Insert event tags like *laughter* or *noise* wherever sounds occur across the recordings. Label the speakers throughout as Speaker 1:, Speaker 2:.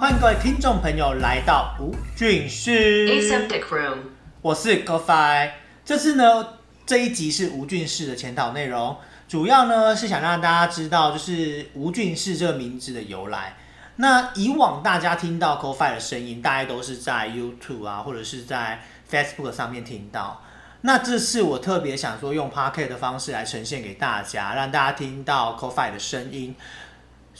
Speaker 1: 欢迎各位听众朋友来到吴俊士，
Speaker 2: Aseptic room.
Speaker 1: 我是 GoFi。这次呢，这一集是吴俊士的前导内容，主要呢是想让大家知道，就是吴俊士这个名字的由来。那以往大家听到 GoFi 的声音，大概都是在 YouTube 啊，或者是在 Facebook 上面听到。那这次我特别想说，用 p o c k e t 的方式来呈现给大家，让大家听到 GoFi 的声音。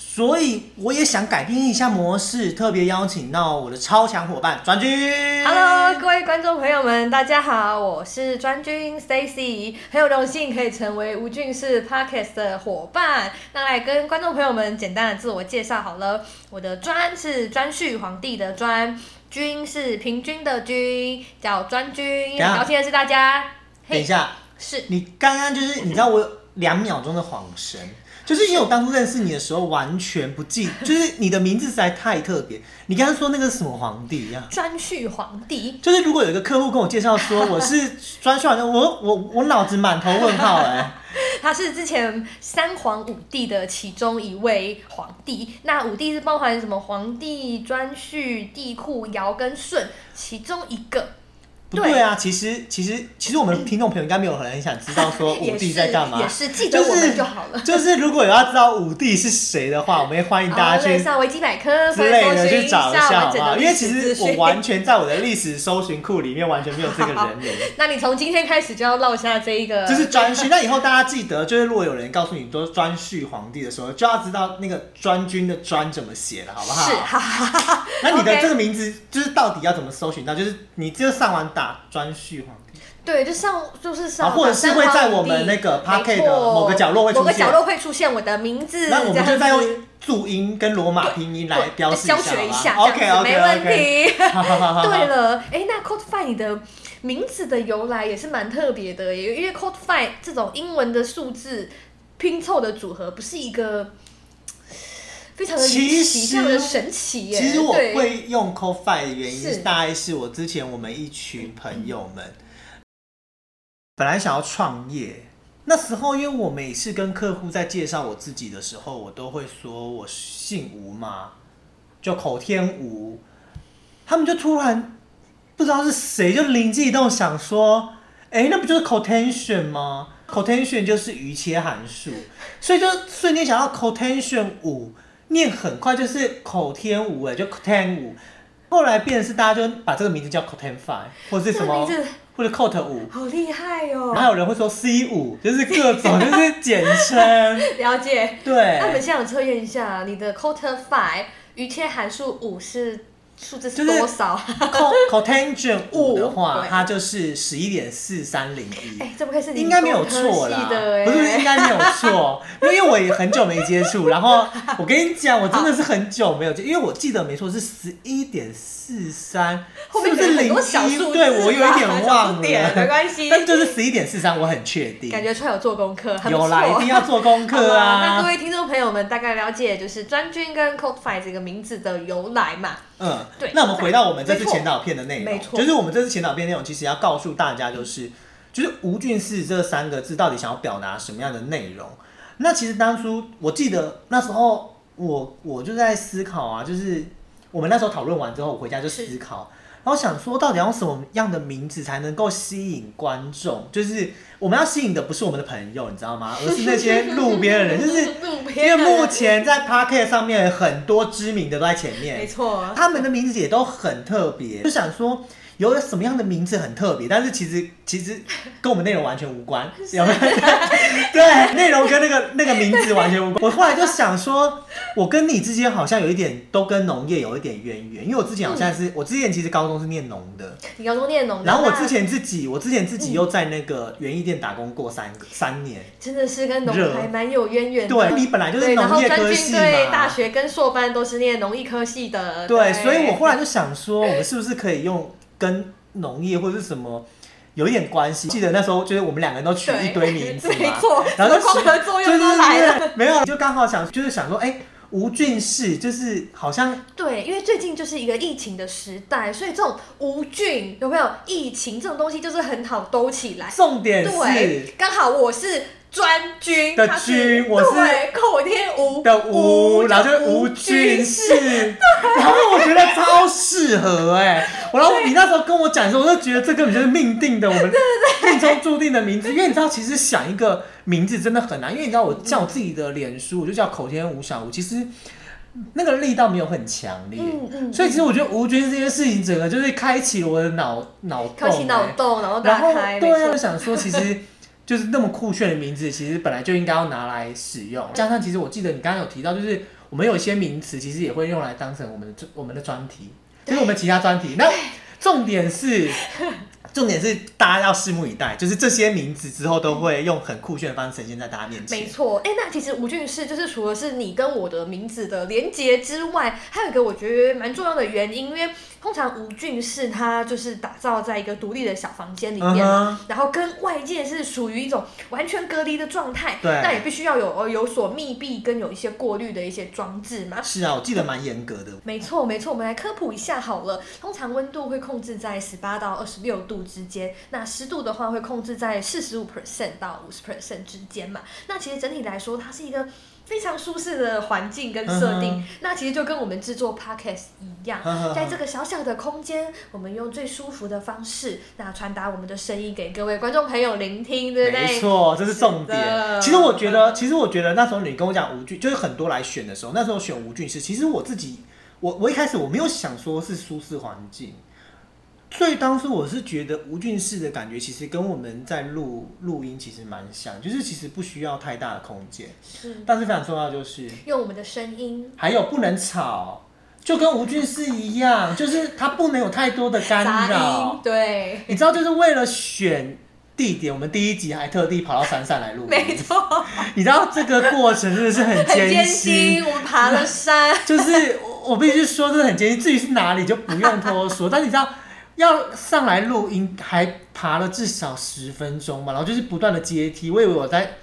Speaker 1: 所以我也想改变一下模式，特别邀请到我的超强伙伴转军。
Speaker 3: Hello，各位观众朋友们，大家好，我是专军 Stacy，很有荣幸可以成为吴俊士 Podcast 的伙伴。那来跟观众朋友们简单的自我介绍好了，我的专是专序皇帝的专，军是平均的军，叫专军。
Speaker 1: 等一下
Speaker 3: 聊天的是大家，
Speaker 1: 等一
Speaker 3: 嘿，
Speaker 1: 下，
Speaker 3: 是
Speaker 1: 你刚刚就是你知道我有两秒钟的恍神，就是因为我当初认识你的时候完全不记，就是你的名字实在太特别。你刚刚说那个是什么皇帝呀、
Speaker 3: 专序皇帝。
Speaker 1: 就是如果有一个客户跟我介绍说我是专帅的，我我我脑子满头问号哎、
Speaker 3: *laughs* 他是之前三皇五帝的其中一位皇帝，那五帝是包含什么皇帝、颛顼、帝喾、尧跟舜其中一个。
Speaker 1: 不对啊，其实其实其实我们听众朋友应该没有很想知道说
Speaker 3: *laughs* 也
Speaker 1: 五
Speaker 3: 是
Speaker 1: 弟在干嘛
Speaker 3: 也，是记得我们就好了。
Speaker 1: 就是如果有要知道五弟是谁的话，我们也欢迎大家
Speaker 3: *laughs* 好类
Speaker 1: 去
Speaker 3: 似上维基百科
Speaker 1: 之类
Speaker 3: 或者
Speaker 1: 的
Speaker 3: 搜寻
Speaker 1: 去找一
Speaker 3: 下
Speaker 1: 下，好
Speaker 3: 完
Speaker 1: 不
Speaker 3: 整
Speaker 1: 好？
Speaker 3: 的
Speaker 1: 因为
Speaker 3: 历
Speaker 1: 其
Speaker 3: 史
Speaker 1: 实
Speaker 3: 资
Speaker 1: 我
Speaker 3: 讯。
Speaker 1: 完全在我的历史搜寻库里面完全没有这个人
Speaker 3: *laughs*
Speaker 1: 名，
Speaker 3: 那你从今天开始就要落下这一个，
Speaker 1: 就是专顼。那以后大家记得，就是如果有人告诉你说专顼皇帝的时候，就要知道那个专军的专怎么写了，好不好？
Speaker 3: 是，哈哈哈哈。
Speaker 1: 那你的
Speaker 3: OK
Speaker 1: 这个名字就是到底要怎么搜寻到？就是你就上网打专顼皇帝，
Speaker 3: 对，就上就是上
Speaker 1: 啊
Speaker 3: 网，
Speaker 1: 或者是会在我们那个
Speaker 3: 三皇五帝
Speaker 1: Pocket 的某个角落会出现
Speaker 3: 某个角落会出现我的名字，
Speaker 1: 那我们
Speaker 3: 这
Speaker 1: 就
Speaker 3: 样
Speaker 1: 再
Speaker 3: 子
Speaker 1: 用注音跟罗马拼音来
Speaker 3: 对
Speaker 1: 标示一下，
Speaker 3: 教学一下
Speaker 1: 好吧？OK
Speaker 3: 这样
Speaker 1: OK
Speaker 3: 子没问
Speaker 1: OK。
Speaker 3: 题。
Speaker 1: *laughs* 好好好好好
Speaker 3: 对了，哎、那 Codify 你的名字的由来也是蛮特别的耶，因为 Codify 这种英文的数字拼凑的组合，不是一个呃非常的离
Speaker 1: 其
Speaker 3: 奇，
Speaker 1: 实
Speaker 3: 非常的神奇耶。
Speaker 1: 其实我
Speaker 3: 对
Speaker 1: 会用 CoFi 的原因，
Speaker 3: 是
Speaker 1: 大概是我之前我们一群朋友们本来想要创业，那时候因为我每次跟客户在介绍我自己的时候，我都会说我姓吴嘛，就口天吴，他们就突然不知道是谁就灵机一动想说，哎、那不就是 cotention 吗？cotention 就是余切函数，所以就瞬间想到 cotention 五，念很快就是口天五，哎，就 coten 五。后来变成是大家就把这个名字叫 coten five，或者是什么
Speaker 3: 这个名字，
Speaker 1: 或者 cot 五，
Speaker 3: 好厉害哦、
Speaker 1: 还有人会说 C 五，就是各种就是简
Speaker 3: *laughs*
Speaker 1: 称，
Speaker 3: 了解。那
Speaker 1: 对，
Speaker 3: 我们现在有测验一下，你的 Codify 余切函数五是数字
Speaker 1: 就是是
Speaker 3: 多少？ *laughs*
Speaker 1: Co- cotangent 五的话，
Speaker 3: 对
Speaker 1: 它就是十一点四三零一
Speaker 3: 哎、。这不愧是理
Speaker 1: 应该没有
Speaker 3: 工科
Speaker 1: 错
Speaker 3: 系
Speaker 1: 啦，
Speaker 3: 的哎
Speaker 1: 不是应该没有错，因为我也很久没接触。然后 *laughs* 我跟你讲，我真的是很久没有接，因为我记得没错是十一点四三，
Speaker 3: 后
Speaker 1: 是
Speaker 3: 面
Speaker 1: 不是
Speaker 3: 有很
Speaker 1: 零
Speaker 3: 多小
Speaker 1: 一？
Speaker 3: 数字啊
Speaker 1: 对我有一点
Speaker 3: 小
Speaker 1: 忘
Speaker 3: 数点没
Speaker 1: 了，
Speaker 3: 关系。
Speaker 1: 但就是十一点四三，我很确定。
Speaker 3: 感觉出来有做功课，很不
Speaker 1: 有啦，
Speaker 3: 错
Speaker 1: 一定要做功课
Speaker 3: 好啦那
Speaker 1: 啊
Speaker 3: 各。位听众朋友们，大概了解就是专军跟 Codify 这个名字的由来嘛？
Speaker 1: 嗯，
Speaker 3: 对
Speaker 1: 那我们回到我们这次
Speaker 3: 没错
Speaker 1: 前导片的内容
Speaker 3: 没，错
Speaker 1: 就是我们这次前导片内容，其实要告诉大家，就是就是吴俊士这三个字到底想要表达什么样的内容。那其实当初我记得那时候我我就在思考啊，就是我们那时候讨论完之后，我回家就思考，然后想说到底要用什么样的名字才能够吸引观众？就是我们要吸引的不是我们的朋友，你知道吗？而是那些路边的人，就是
Speaker 3: *laughs* 路
Speaker 1: 因
Speaker 3: 边
Speaker 1: 为
Speaker 3: 的
Speaker 1: 目前在 p a r k e t 上面很多知名的都在前面，
Speaker 3: 没错，
Speaker 1: 他们的名字也都很特别，就想说有什么样的名字很特别，但是其实其实跟我们内容完全无关，有没有？ *laughs* 对，内容跟那个那个名字完全无关。我后来就想说，我跟你之间好像有一点都跟农业有一点渊源，因为我之前好像是、我之前其实高中是念农的，
Speaker 3: 你高中念农的，
Speaker 1: 然后我
Speaker 3: 嗯哦那嗯
Speaker 1: 之前自己我之前自己又在那个园艺店打工过三个三年，
Speaker 3: 真的是跟
Speaker 1: 热
Speaker 3: 农还蛮有渊源的。
Speaker 1: 对你本来就是
Speaker 3: 对然
Speaker 1: 农
Speaker 3: 后
Speaker 1: 业
Speaker 3: 专
Speaker 1: 科
Speaker 3: 军
Speaker 1: 系嘛，
Speaker 3: 对大学跟硕班都是念农艺科系的，
Speaker 1: 对，所以我后来就想说，我们是不是可以用跟农业或是什么有一点关系？记得那时候就是我们两个人都取
Speaker 3: 对
Speaker 1: 一堆名字
Speaker 3: 没
Speaker 1: 嘛，
Speaker 3: 错，
Speaker 1: 然后
Speaker 3: 光合作
Speaker 1: 就是
Speaker 3: 用都来了，
Speaker 1: 没有，就刚好想就是想说，哎、无菌室，就是好像
Speaker 3: 对，因为最近就是一个疫情的时代，所以这种无菌有没有疫情这种东西就是很好兜起来。
Speaker 1: 重点是
Speaker 3: 对，刚好我是专军
Speaker 1: 的
Speaker 3: 他是
Speaker 1: 军我是
Speaker 3: 对口天吴
Speaker 1: 的无，然后就是无菌
Speaker 3: 菌
Speaker 1: 室，然后我觉得超适合哎、然后你那时候跟我讲的时候，我就觉得这根本就是命定的，我们命中注定的名字。因为你知道，其实想一个名字真的很难，因为你知道我叫我
Speaker 3: 嗯
Speaker 1: 自己的脸书，我就叫口天吴小吴，其实那个力道没有很强烈。
Speaker 3: 嗯嗯，
Speaker 1: 所以其实我觉得无菌这件事情，整个就是开启了我的脑脑洞、
Speaker 3: 开启脑
Speaker 1: 哎
Speaker 3: 洞，然后哦打
Speaker 1: 然后
Speaker 3: 开，
Speaker 1: 对
Speaker 3: 没
Speaker 1: 啊，
Speaker 3: 错
Speaker 1: 我想说，其
Speaker 3: *laughs*
Speaker 1: 实就是那么酷炫的名字，其实本来就应该要拿来使用。加上，其实我记得你刚刚有提到，就是我们有一些名词，其实也会用来当成我们的专我们的专题，就是我们其他专题。那重点
Speaker 3: *laughs*
Speaker 1: 是，重点是大家要拭目以待，就是这些名字之后都会用很酷炫的方式呈现在大家面前
Speaker 3: 没。错，哎、那其实吴俊士就是除了是你跟我的名字的连结之外，还有一个我觉得蛮重要的原因，因为通常吴俊士他就是打造在一个独立的小房间里面嘛
Speaker 1: 嗯
Speaker 3: 然后跟外界是属于一种完全隔离的状态，
Speaker 1: 对
Speaker 3: 那也必须要有呃有所密闭跟有一些过滤的一些装置嘛。
Speaker 1: 是啊，我记得蛮严格的。
Speaker 3: 没错，没错，我们来科普一下好了。通常温度会控制在十八到二十六度之间，那湿度的话会控制在四十五 percent 到五十 percent 之间嘛。那其实整体来说，它是一个非常舒适的环境跟设定。
Speaker 1: 嗯
Speaker 3: 那其实就跟我们制作 podcast 一样，
Speaker 1: 嗯哼
Speaker 3: 在这个小小的空间，我们用最舒服的方式，那传达我们的声音给各位观众朋友聆听，对不对？
Speaker 1: 没错，这是重
Speaker 3: 是
Speaker 1: 点。
Speaker 3: 的
Speaker 1: 其实我觉得，其实我觉得那时候你跟我讲吴俊，就是很多来选的时候，那时候选吴俊是，其实我自己，我我一开始我没有想说是舒适环境。所以当时我是觉得吴俊士的感觉，其实跟我们在录录音其实蛮像，就是其实不需要太大的空间，
Speaker 3: 是
Speaker 1: 但是非常重要的就是
Speaker 3: 用我们的声音
Speaker 1: 还有不能吵，就跟吴俊士一样，就是他不能有太多的干
Speaker 3: 杂
Speaker 1: 扰
Speaker 3: 音，。对，
Speaker 1: 你知道，就是为了选地点，我们第一集还特地跑到山上来录音。
Speaker 3: 没错。
Speaker 1: 你知道这个过程真的是很
Speaker 3: 很艰
Speaker 1: 艰
Speaker 3: 辛，
Speaker 1: *laughs* 辛，
Speaker 3: 我们爬了山，
Speaker 1: 就是我我必须说真的很艰辛。至于是哪里就不用多说，但你知道要上来录音还爬了至少十分钟嘛，然后就是不断的阶梯。我以为我在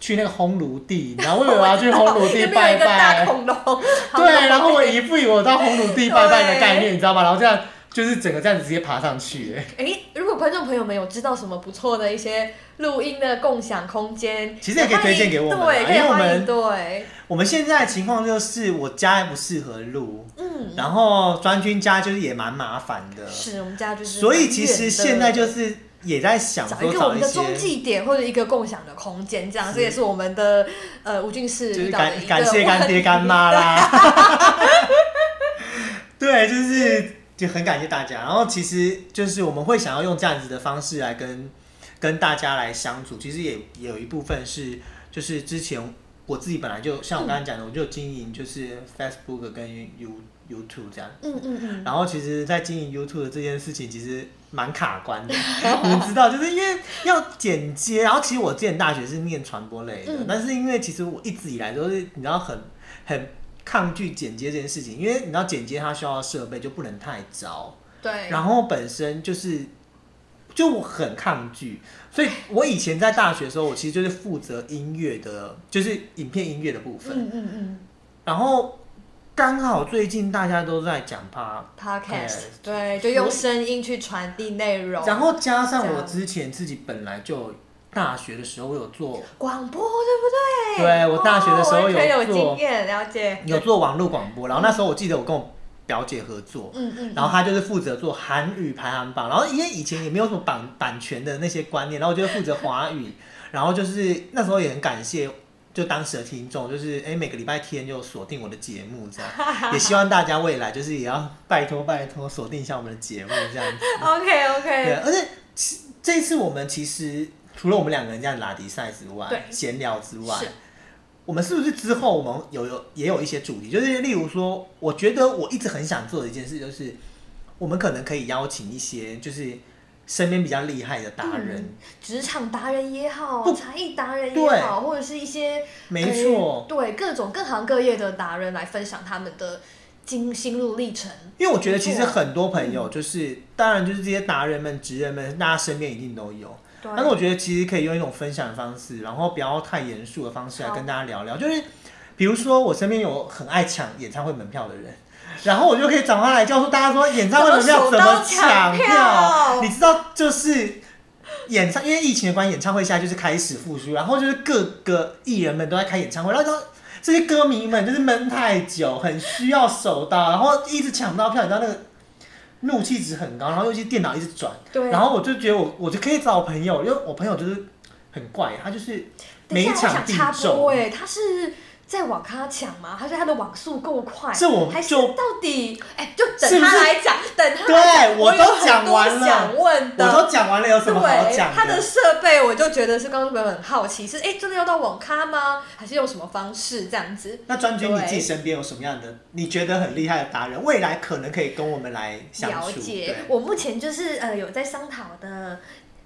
Speaker 1: 去那个烘炉地，然后我以为我要去烘炉地
Speaker 3: 那边有
Speaker 1: 拜
Speaker 3: 一个大
Speaker 1: 拜， *laughs*
Speaker 3: 恐龙，好
Speaker 1: 对，然后我一副以为我到烘炉地拜拜的概念，你知道吗？然后这样就是整个这样子直接爬上去、哎
Speaker 3: 哎，如果观众朋友们有知道什么不错的一些录音的共享空间，
Speaker 1: 其实也可以推荐给我们啊
Speaker 3: 欢迎对，可以
Speaker 1: 因为我们
Speaker 3: 欢迎对，
Speaker 1: 我们现在的情况就是我家也不适合录，
Speaker 3: 嗯，
Speaker 1: 然后专军家就是也蛮麻烦的，
Speaker 3: 是我们家就是，
Speaker 1: 所以其实现在就是也在想
Speaker 3: 找
Speaker 1: 说
Speaker 3: 一个我
Speaker 1: 找
Speaker 3: 们
Speaker 1: 一
Speaker 3: 的中
Speaker 1: 些，
Speaker 3: 继点或者一个共享的空间，这样这也是我们的呃吴俊士
Speaker 1: 就
Speaker 3: 遇
Speaker 1: 是
Speaker 3: 到的一
Speaker 1: 感感
Speaker 3: 个
Speaker 1: 谢干爹
Speaker 3: 问题
Speaker 1: 干妈啦。 *laughs* 对，就是就很感谢大家。然后其实就是我们会想要用这样子的方式来跟跟大家来相处，其实也也有一部分是就是之前我自己本来就像我刚才讲的，我就有经营就是 Facebook 跟 You YouTube 这样。
Speaker 3: 嗯嗯嗯。
Speaker 1: 然后其实，在经营 YouTube 的这件事情，其实蛮卡关的。 *laughs* 你们知道，就是因为要剪接。然后其实我之前大学是念传播类的，
Speaker 3: 嗯
Speaker 1: 但是因为其实我一直以来都是你知道很很抗拒剪接这件事情，因为你知道剪接它需要的设备就不能太糟，
Speaker 3: 对，
Speaker 1: 然后本身就是就我很抗拒，所以我以前在大学的时候，我其实就是负责音乐的，就是影片音乐的部分。
Speaker 3: 嗯嗯嗯
Speaker 1: 然后刚好最近大家都在讲 p
Speaker 3: ，podcast，对，就用声音去传递内容，
Speaker 1: 然后加上
Speaker 3: 这
Speaker 1: 我
Speaker 3: 样
Speaker 1: 之前自己本来就大学的时候我有做，
Speaker 3: 广播对不对？
Speaker 1: 对我大学的时候
Speaker 3: 哦完全
Speaker 1: 有
Speaker 3: 有
Speaker 1: 做
Speaker 3: 经验，了解。
Speaker 1: 有做网络广播，然后那时候我记得我跟我表姐合作，
Speaker 3: 嗯嗯，
Speaker 1: 然后她就是负责做韩语排行榜，然后因为以前也没有什么版版权的那些观念，然后我就负责华语， *laughs* 然后就是那时候也很感谢。就当时的听众，就是哎、每个礼拜天就锁定我的节目这样，也希望大家未来就是也要拜托拜托锁定一下我们的节目这样子。
Speaker 3: OK
Speaker 1: 对，
Speaker 3: OK，
Speaker 1: 而且其这一次我们其实除了我们两个人这样拉迪赛之外
Speaker 3: 对，
Speaker 1: 闲聊之外
Speaker 3: 是，
Speaker 1: 我们是不是之后我们有有也有一些主题？就是例如说，我觉得我一直很想做的一件事，就是我们可能可以邀请一些就是身边比较厉害的达
Speaker 3: 嗯
Speaker 1: 人，
Speaker 3: 职场达人也好，
Speaker 1: 不
Speaker 3: 才艺达人
Speaker 1: 对
Speaker 3: 也好，或者是一些
Speaker 1: 没错
Speaker 3: 呃对各种各行各业的达人来分享他们的经心路历程。
Speaker 1: 因为我觉得其实
Speaker 3: 没错嗯
Speaker 1: 很多朋友就是，当然就是这些达人们、职人们，大家身边一定都有。
Speaker 3: 对，
Speaker 1: 但是我觉得其实可以用一种分享的方式，然后不要太严肃的方式来
Speaker 3: 好
Speaker 1: 跟大家聊聊，就是比如说，我身边有很爱抢演唱会门票的人，然后我就可以找他来教授大家说演唱会门票怎么抢
Speaker 3: 怎么手刀抢 *laughs* 票
Speaker 1: 你知道，就是演唱，因为疫情的关系，演唱会现在就是开始复苏，然后就是各个艺人们都在开演唱会，然后这些歌迷们就是闷太久，很需要手刀，然后一直抢不到票，你知道那个怒气值很高，然后尤其电脑一直转，
Speaker 3: 对
Speaker 1: 然后我就觉得我我就可以找我朋友，因为我朋友就是很怪，他就是
Speaker 3: 等
Speaker 1: 每
Speaker 3: 一下，我
Speaker 1: 场
Speaker 3: 想
Speaker 1: 必
Speaker 3: 插
Speaker 1: 中
Speaker 3: 播。哎、他是在网咖抢吗？还是他的网速够快？
Speaker 1: 这我
Speaker 3: 还是
Speaker 1: 就
Speaker 3: 到底哎、就
Speaker 1: 是
Speaker 3: 等
Speaker 1: 不
Speaker 3: 他
Speaker 1: 是
Speaker 3: 来讲，等他
Speaker 1: 对
Speaker 3: 来讲，
Speaker 1: 我都
Speaker 3: 有很
Speaker 1: 讲
Speaker 3: 多
Speaker 1: 完了
Speaker 3: 想问
Speaker 1: 我
Speaker 3: 的，
Speaker 1: 都讲完了，有什么好
Speaker 3: 对，
Speaker 1: 讲
Speaker 3: 他的设备我就觉得是观众朋友很好奇，是哎、真的要到网咖吗？还是用什么方式这样子？
Speaker 1: 那专军，你
Speaker 3: 对
Speaker 1: 自己身边有什么样的你觉得很厉害的达人？未来可能可以跟我们来相
Speaker 3: 了
Speaker 1: 处。
Speaker 3: 解
Speaker 1: 对，，
Speaker 3: 我目前就是呃有在商讨的。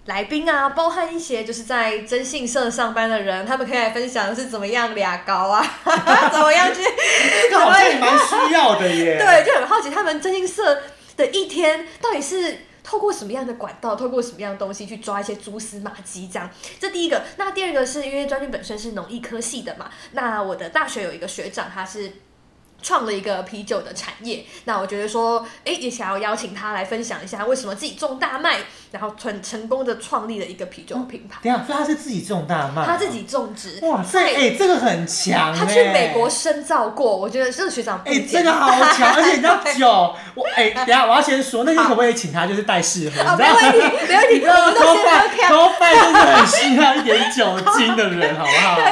Speaker 3: 来宾啊，包含一些就是在征信社上班的人，他们可以来分享是怎么样俩高啊， *laughs* 怎么样
Speaker 1: *laughs*
Speaker 3: 去
Speaker 1: 这个好像也蛮需要的耶。
Speaker 3: *laughs* 对，就很好奇他们征信社的一天到底是透过什么样的管道，透过什么样的东西去抓一些蛛丝马迹这样。这第一个，那第二个是因为专军本身是农艺科系的嘛，那我的大学有一个学长他是。创了一个啤酒的产业，那我觉得说，哎，也想要邀请他来分享一下为什么自己种大麦，然后成成功的创立了一个啤酒品牌，
Speaker 1: 等一下，所以他是自己种大麦，
Speaker 3: 他自己种植，
Speaker 1: 啊哇塞，
Speaker 3: 在
Speaker 1: 哎、这个很强、哎。
Speaker 3: 他去美国深造过，我觉得这个学长不
Speaker 1: 哎、
Speaker 3: 简
Speaker 1: 这个好强，而且你知道酒，我哎、等一下我要先说，那天可不可以请他就是带试喝？
Speaker 3: 啊，
Speaker 1: 你知
Speaker 3: 没
Speaker 1: 道吗
Speaker 3: 问题，没问题，
Speaker 1: 你知道
Speaker 3: 我们都
Speaker 1: 偷
Speaker 3: 先喝
Speaker 1: 饭，
Speaker 3: 开，
Speaker 1: 偷饭真的很需要一点酒精的人，好不
Speaker 3: *laughs*
Speaker 1: 好？
Speaker 3: 偷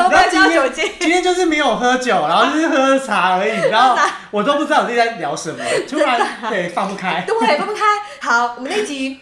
Speaker 1: 然后
Speaker 3: 饭
Speaker 1: 今
Speaker 3: 加
Speaker 1: 天
Speaker 3: 酒精。
Speaker 1: 今天就是没有喝酒，然后就是喝茶而已，然后我都不知道我自己在聊什么，突然对放不开，
Speaker 3: *laughs* 对，放不开。好，我们那一集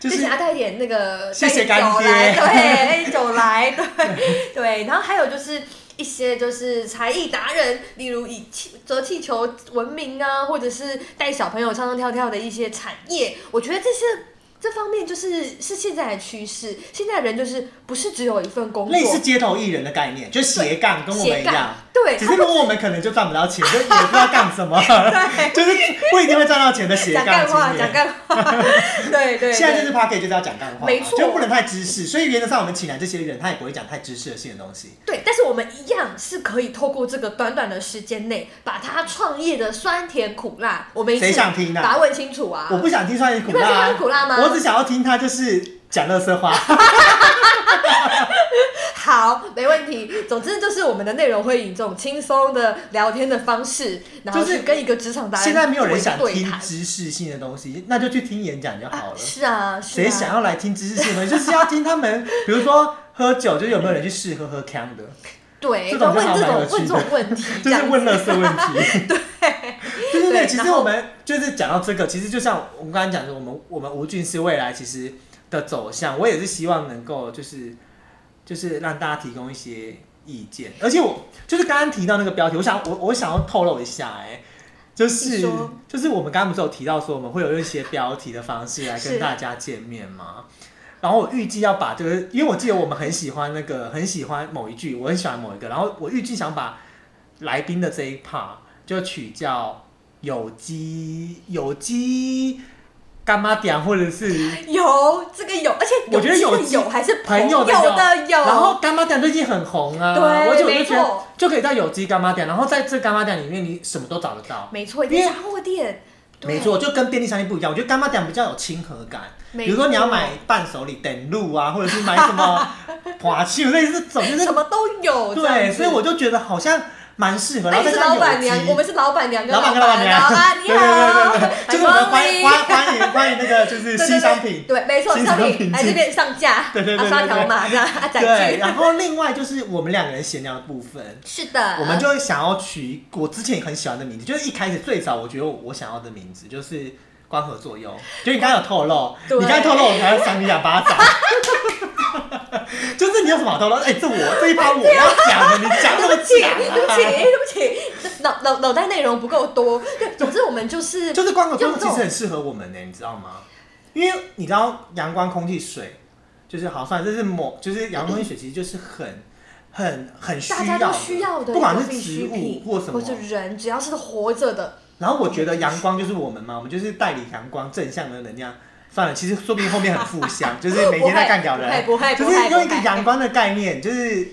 Speaker 1: 就
Speaker 3: 就是想要带一点那个，
Speaker 1: 谢谢
Speaker 3: 带一点酒
Speaker 1: 干爹
Speaker 3: 来，
Speaker 1: *laughs*
Speaker 3: 对，带一点酒来，对对。然后还有就是一些就是才艺达人，例如以气折气球闻名啊，或者是带小朋友唱唱跳跳的一些产业，我觉得这些。这方面就是是现在的趋势，现在人就是不是只有一份工作，
Speaker 1: 类似街头艺人的概念，就斜杠跟我们
Speaker 3: 斜
Speaker 1: 一
Speaker 3: 杠
Speaker 1: 样。，
Speaker 3: 对，
Speaker 1: 只
Speaker 3: 他
Speaker 1: 是如果我们可能就赚不到钱，就也不知道干什
Speaker 3: *laughs*
Speaker 1: 么， *laughs* 就是不一定会赚到钱的斜
Speaker 3: 讲
Speaker 1: 杠
Speaker 3: 干
Speaker 1: 青
Speaker 3: 话，讲
Speaker 1: 年。
Speaker 3: 干话，对对对。
Speaker 1: *laughs* 现在就是 p o c k e t 就是要讲干话嘛，
Speaker 3: 没错
Speaker 1: 就不能太知识。所以原则上我们请来这些人，他也不会讲太知识性的东西。
Speaker 3: 对，但是我们一样是可以透过这个短短的时间内，把他创业的酸甜苦辣，我们一
Speaker 1: 谁
Speaker 3: 起
Speaker 1: 想听啊
Speaker 3: 把它问清楚啊！
Speaker 1: 我不想听酸甜苦辣、
Speaker 3: 你不想
Speaker 1: 啊，
Speaker 3: 听酸甜苦辣吗
Speaker 1: 我只想要听他就是讲乐色
Speaker 3: *laughs*
Speaker 1: 话。
Speaker 3: 好，没问题。总之就是我们的内容会以这种轻松的聊天的方式，然后
Speaker 1: 就是
Speaker 3: 去跟一个职场达人
Speaker 1: 现在没有人
Speaker 3: 做一
Speaker 1: 想
Speaker 3: 个对
Speaker 1: 听
Speaker 3: 谈
Speaker 1: 知识性的东西，那就去听演讲就好
Speaker 3: 啊
Speaker 1: 了。，
Speaker 3: 是啊，是啊
Speaker 1: 谁、想要来听知识性的东西？就是要听他们，比如说喝酒，就有没有人去试喝喝康的，
Speaker 3: 对，
Speaker 1: 这
Speaker 3: 就
Speaker 1: 种
Speaker 3: 问
Speaker 1: 就好
Speaker 3: 这
Speaker 1: 蛮有
Speaker 3: 种
Speaker 1: 趣
Speaker 3: 问这种问题，
Speaker 1: *laughs* 就是
Speaker 3: 这样
Speaker 1: 问乐色问题。 *laughs* 对，就是对。
Speaker 3: 对
Speaker 1: 其
Speaker 3: 然
Speaker 1: 实
Speaker 3: 后
Speaker 1: 我们就是讲到这个，其实就像我们刚才讲的，我们我们吴俊是未来其实的走向，我也是希望能够就是就是让大家提供一些意见，而且我就是刚刚提到那个标题，我想我我想要透露一下、哎。就是
Speaker 3: 你说
Speaker 1: 就是我们刚刚不是有提到说我们会有用一些标题的方式来跟
Speaker 3: 是
Speaker 1: 大家见面吗？然后我预计要把这个，因为我记得我们很喜欢那个，很喜欢某一句，我很喜欢某一个，然后我预计想把来宾的这一 part 就取叫有机有机干妈点，或者是
Speaker 3: 有这个有，而且
Speaker 1: 我觉得有
Speaker 3: 这个有还是
Speaker 1: 朋友
Speaker 3: 友
Speaker 1: 的
Speaker 3: 的有，
Speaker 1: 然后干妈点最近很红啊，
Speaker 3: 对
Speaker 1: 我就我就
Speaker 3: 没
Speaker 1: 觉
Speaker 3: 错
Speaker 1: 得就可以到有机干妈点，然后在这干妈点里面你什么都找得到，
Speaker 3: 没错，一
Speaker 1: 因
Speaker 3: 个
Speaker 1: 为
Speaker 3: 杂货店，对
Speaker 1: 没，错，就跟便利商店不一样，我觉得干妈点比较有亲和感。
Speaker 3: 没
Speaker 1: 比如说你要
Speaker 3: 错
Speaker 1: 买伴手礼、等路啊，或者是买什么花球类似这种，就是
Speaker 3: 什么都有，这样
Speaker 1: 对，
Speaker 3: 子
Speaker 1: 所以我就觉得好像蛮适合。然后
Speaker 3: 那你
Speaker 1: 再
Speaker 3: 是
Speaker 1: 加
Speaker 3: 老板娘，
Speaker 1: 有
Speaker 3: 我
Speaker 1: 机
Speaker 3: 们是老板娘跟
Speaker 1: 老板
Speaker 3: 板
Speaker 1: 跟老板娘，*laughs*
Speaker 3: 老板你
Speaker 1: 对
Speaker 3: 好，
Speaker 1: 对对对对，就是我们欢欢欢迎欢迎那个就是
Speaker 3: *laughs* 对对对
Speaker 1: 新商品。
Speaker 3: 对，没错，
Speaker 1: 新
Speaker 3: 新
Speaker 1: 商
Speaker 3: 商
Speaker 1: 品
Speaker 3: 品来这边上架，
Speaker 1: 对对对
Speaker 3: 啊刷
Speaker 1: 对对
Speaker 3: 条码这样啊载
Speaker 1: 对，
Speaker 3: 具，
Speaker 1: 然后另外就是我们两个人闲聊的部分，
Speaker 3: 是的，
Speaker 1: 我们就会想要取我之前很喜欢的名字，就是一开始最早我觉得我想要的名字就是光合作用，就你刚刚有透露， *laughs*
Speaker 3: 对
Speaker 1: 你刚刚透露我才要赏你两巴掌。 *laughs* 就是你有什么好透露？哎、这我这一趴我要讲的，你讲那
Speaker 3: 对
Speaker 1: 么
Speaker 3: 不起，
Speaker 1: 讲、啊，
Speaker 3: 对不起，对不起，脑脑脑袋内容不够多，对，总之我们就是
Speaker 1: 就是光合作用
Speaker 3: 用
Speaker 1: 其
Speaker 3: 这
Speaker 1: 实
Speaker 3: 种
Speaker 1: 很适合我们呢、你知道吗？因为你知道阳光、空气、水，就是好算这是某，就是阳光、空气、水，其实就是很、很、很需要
Speaker 3: 大
Speaker 1: 的，
Speaker 3: 家都需要的，
Speaker 1: 不管是
Speaker 3: 必
Speaker 1: 植
Speaker 3: 需
Speaker 1: 物
Speaker 3: 品
Speaker 1: 或什么
Speaker 3: 或。是人，只要是活着的，
Speaker 1: 然后我觉得阳光就是我们嘛，我们就是代理阳光正向的能量。算了，其实说不定后面很 *laughs* 负向，就是每天在干掉人，
Speaker 3: 不会
Speaker 1: 就
Speaker 3: 不会不会
Speaker 1: 是
Speaker 3: 不会
Speaker 1: 用一个阳光的概念，就是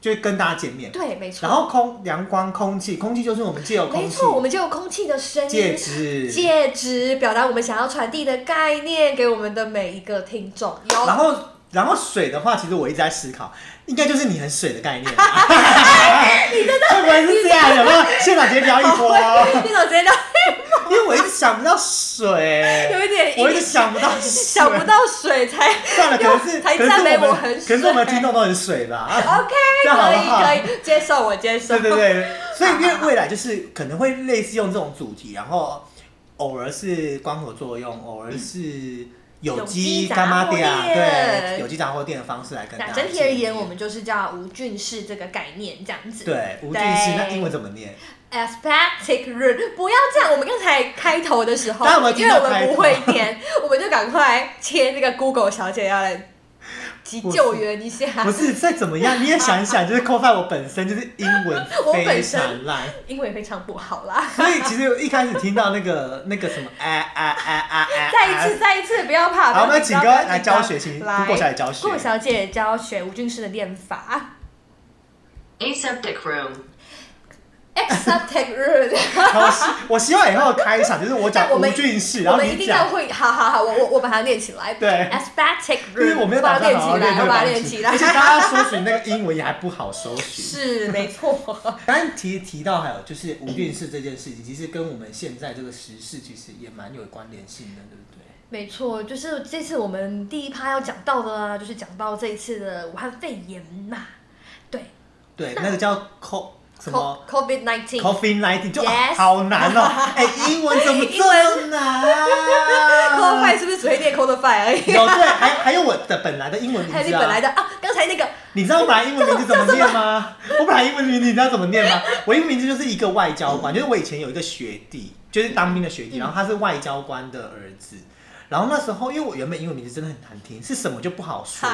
Speaker 1: 就跟大家见面。
Speaker 3: 对，没错。
Speaker 1: 然后空阳光、空气，空气就是我们借由
Speaker 3: 没
Speaker 1: 空气
Speaker 3: 错，我们就有空气的声音，
Speaker 1: 戒指，
Speaker 3: 戒指表达我们想要传递的概念给我们的每一个听众。有
Speaker 1: 然后然后水的话，其实我一直在思考，应该就是你很水的概念
Speaker 3: *laughs*
Speaker 1: 吧。 *laughs* 你真的会不会是这样？有没有？现场直接飙一波哦，
Speaker 3: *laughs* 那种直接到
Speaker 1: 因为我一直想不到水，
Speaker 3: 有一点
Speaker 1: 我一直想不到
Speaker 3: *laughs* 想不
Speaker 1: 水。
Speaker 3: 到水才
Speaker 1: 算
Speaker 3: *laughs*
Speaker 1: 了，可能是
Speaker 3: 才
Speaker 1: 可
Speaker 3: 赞
Speaker 1: 能
Speaker 3: 美
Speaker 1: 是
Speaker 3: 我
Speaker 1: 我
Speaker 3: 很
Speaker 1: 们，
Speaker 3: 水
Speaker 1: 可是我们听众都很水
Speaker 3: *laughs*
Speaker 1: 吧？啊
Speaker 3: OK，
Speaker 1: *laughs* 这样好不好
Speaker 3: 可以可以接受我接受。
Speaker 1: *laughs* 对对
Speaker 3: *laughs*
Speaker 1: 对，所以因为未来就是可能会类似用这种主题，然后偶尔是光合作用，偶尔是有
Speaker 3: 有机
Speaker 1: 机
Speaker 3: 杂
Speaker 1: 干妈
Speaker 3: 货
Speaker 1: 店啊，
Speaker 3: 店
Speaker 1: 对，有机杂货店的方式来跟大
Speaker 3: 那
Speaker 1: 家
Speaker 3: 整体
Speaker 1: 见
Speaker 3: 而
Speaker 1: 面
Speaker 3: 言，我们就是叫无菌室这个概念这样子。
Speaker 1: 对，无菌室，
Speaker 3: 对
Speaker 1: 那英文怎么
Speaker 3: *laughs*
Speaker 1: 念？
Speaker 3: ，aesthetic room，不要这样。我们刚才开头的时候
Speaker 1: 大家有没，有
Speaker 3: 因
Speaker 1: 听
Speaker 3: 为
Speaker 1: 到
Speaker 3: 我们不会念，
Speaker 1: *laughs*
Speaker 3: 我们就赶快切那个 Google 小姐要来急
Speaker 1: 不是
Speaker 3: 救援一下。
Speaker 1: 不是，再怎么样你也想一想，就是 c o f i 我本身就是英文
Speaker 3: *laughs* 我本
Speaker 1: 非
Speaker 3: 身
Speaker 1: 常烂，
Speaker 3: 英文非常不好啦。
Speaker 1: 所以其实一开始听到那个那个什么哎哎哎哎哎，
Speaker 3: *laughs* 再一次，再一次，不要怕。
Speaker 1: 好
Speaker 3: 不
Speaker 1: 那
Speaker 3: 要
Speaker 1: 请
Speaker 3: 紧张
Speaker 1: 哥来
Speaker 3: 不要
Speaker 1: 教学
Speaker 3: 紧
Speaker 1: 请
Speaker 3: 张来
Speaker 1: Google 小姐教学
Speaker 3: Google 小姐教学吴俊师的练法。
Speaker 2: Aseptic room.
Speaker 3: Exceptic room，
Speaker 1: 哎好，我希我希望以后开场就是我讲
Speaker 3: 但我
Speaker 1: 无
Speaker 3: 们
Speaker 1: 菌室，然
Speaker 3: 我
Speaker 1: 后
Speaker 3: 们一
Speaker 1: 你
Speaker 3: 定要
Speaker 1: 讲。
Speaker 3: 会，好好好，我我我把它练起来。
Speaker 1: 对
Speaker 3: a s p e c t i c
Speaker 1: 就是
Speaker 3: room，
Speaker 1: 我没有
Speaker 3: 把
Speaker 1: 打
Speaker 3: 它
Speaker 1: 算好好练
Speaker 3: 练起来，
Speaker 1: 这
Speaker 3: 我
Speaker 1: 个
Speaker 3: 把它
Speaker 1: 东
Speaker 3: 练起
Speaker 1: 西，
Speaker 3: 来
Speaker 1: 而。且大家搜寻那个英文也还不好搜寻。
Speaker 3: *laughs* 是没错， *laughs*
Speaker 1: 刚刚提提到还有就是无菌室这件事情，其实跟我们现在这个时事其实也蛮有关联性的，对不对？
Speaker 3: *laughs* 没错，就是这次我们第一趴要讲到的啊，就是讲到这一次的武汉肺炎嘛，对
Speaker 1: 对，那个叫 co 什么？
Speaker 3: ，co-，COVID nineteen，
Speaker 1: Coffee Night 就、
Speaker 3: Yes
Speaker 1: 啊好难哦、
Speaker 3: *laughs*
Speaker 1: 哎、英文怎么这么难、
Speaker 3: ，co five
Speaker 1: 啊？
Speaker 3: 是不是只会念 co five 而已？
Speaker 1: 有对，还还有我的本来的英文名字、啊，
Speaker 3: *laughs* 还有你本来的啊，刚才那
Speaker 1: *laughs*
Speaker 3: 个
Speaker 1: 你知道我本来英文名字怎么念
Speaker 3: *laughs*
Speaker 1: 吗？我本来英文名字你知道怎么念吗？我英文名字就是一个外交官，就是我以前有一个学弟，就是当兵的
Speaker 3: 嗯
Speaker 1: 学弟，然后他是外交官的儿子。然后那时候，因为我原本英文名字真的很难听，是什么就不好说。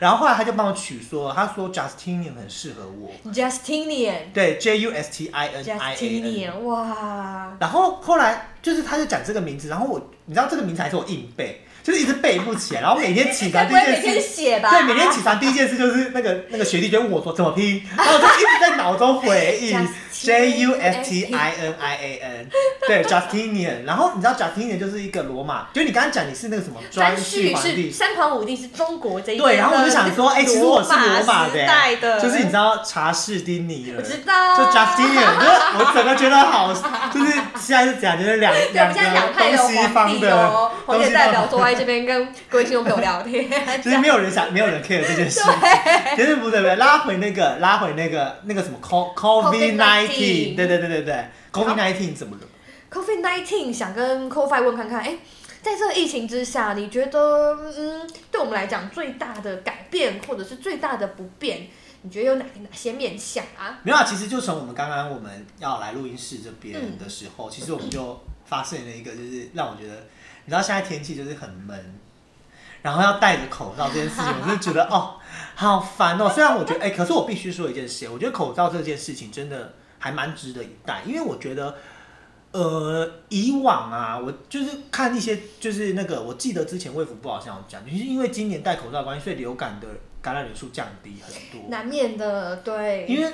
Speaker 1: 然后后来他就帮我取说，他说 Justinian 很适合我，
Speaker 3: Justinian，Justinian，
Speaker 1: 对，J U S T I N I A N。
Speaker 3: 哇，
Speaker 1: 然后后来就是他就讲这个名字，然后我你知道这个名字还是我硬背，就是一直背不起来，然后每天起
Speaker 3: *laughs* 该
Speaker 1: 床
Speaker 3: 不
Speaker 1: 第
Speaker 3: 会
Speaker 1: 一件
Speaker 3: 每天
Speaker 1: 事。
Speaker 3: 写吧？
Speaker 1: 对，每天起床第一件事就是那个那个学弟就问我说怎么拼，
Speaker 3: *laughs*
Speaker 1: 然后我就一直在脑中回
Speaker 3: Justinian
Speaker 1: 忆 J U S T I N I A N，对
Speaker 3: *laughs*
Speaker 1: Justinian。然后你知道 Justinian 就是一个罗马，就是你刚刚讲你是那个什么
Speaker 3: 三
Speaker 1: 专序
Speaker 3: 序
Speaker 1: 皇
Speaker 3: 是
Speaker 1: 帝，
Speaker 3: 三皇五帝是中国这一边
Speaker 1: 对。然后我就想说，哎、其实我是罗马
Speaker 3: 时代的，
Speaker 1: 就是你知道查士丁尼尔，
Speaker 3: 我知道
Speaker 1: 就 Justinian，就是我整个觉得好，就是现在是讲就是两
Speaker 3: 对，我
Speaker 1: 两
Speaker 3: 们现在两
Speaker 1: 个
Speaker 3: 派
Speaker 1: 东
Speaker 3: 有
Speaker 1: 西
Speaker 3: 皇
Speaker 1: 方
Speaker 3: 帝
Speaker 1: 的
Speaker 3: 哦，
Speaker 1: 东
Speaker 3: 红
Speaker 1: 西
Speaker 3: 姐
Speaker 1: 方
Speaker 3: 代表
Speaker 1: *laughs*
Speaker 3: 坐在这边跟各位听众朋友聊天，
Speaker 1: 其实没有人想，没有人 care 这件事，其实 *laughs* 不对不对，拉回那个拉回那个那个什么 CO COVID
Speaker 3: COVID-19
Speaker 1: nineteen，对对对对对，COVID nineteen 怎么了？
Speaker 3: COVID nineteen 想跟 CoFi 问看看，哎、在这个疫情之下，你觉得嗯，对我们来讲最大的改变或者是最大的不便，你觉得有哪哪些面向啊？
Speaker 1: 没有啊，其实就从我们刚刚我们要来录音室这边的时候，其实我们就发现了一个，就是让我觉得，你知道现在天气就是很闷，然后要戴着口罩这件事情，我就觉得哦，好烦哦。虽然我觉得，哎、可是我必须说一件事，我觉得口罩这件事情真的还蛮值得一戴，因为我觉得。呃，以往啊，我就是看一些，就是那个，我记得之前卫福部好像有讲，就是因为今年戴口罩的关系，所以流感的感染人数降低很多。
Speaker 3: 难免的，对，
Speaker 1: 因为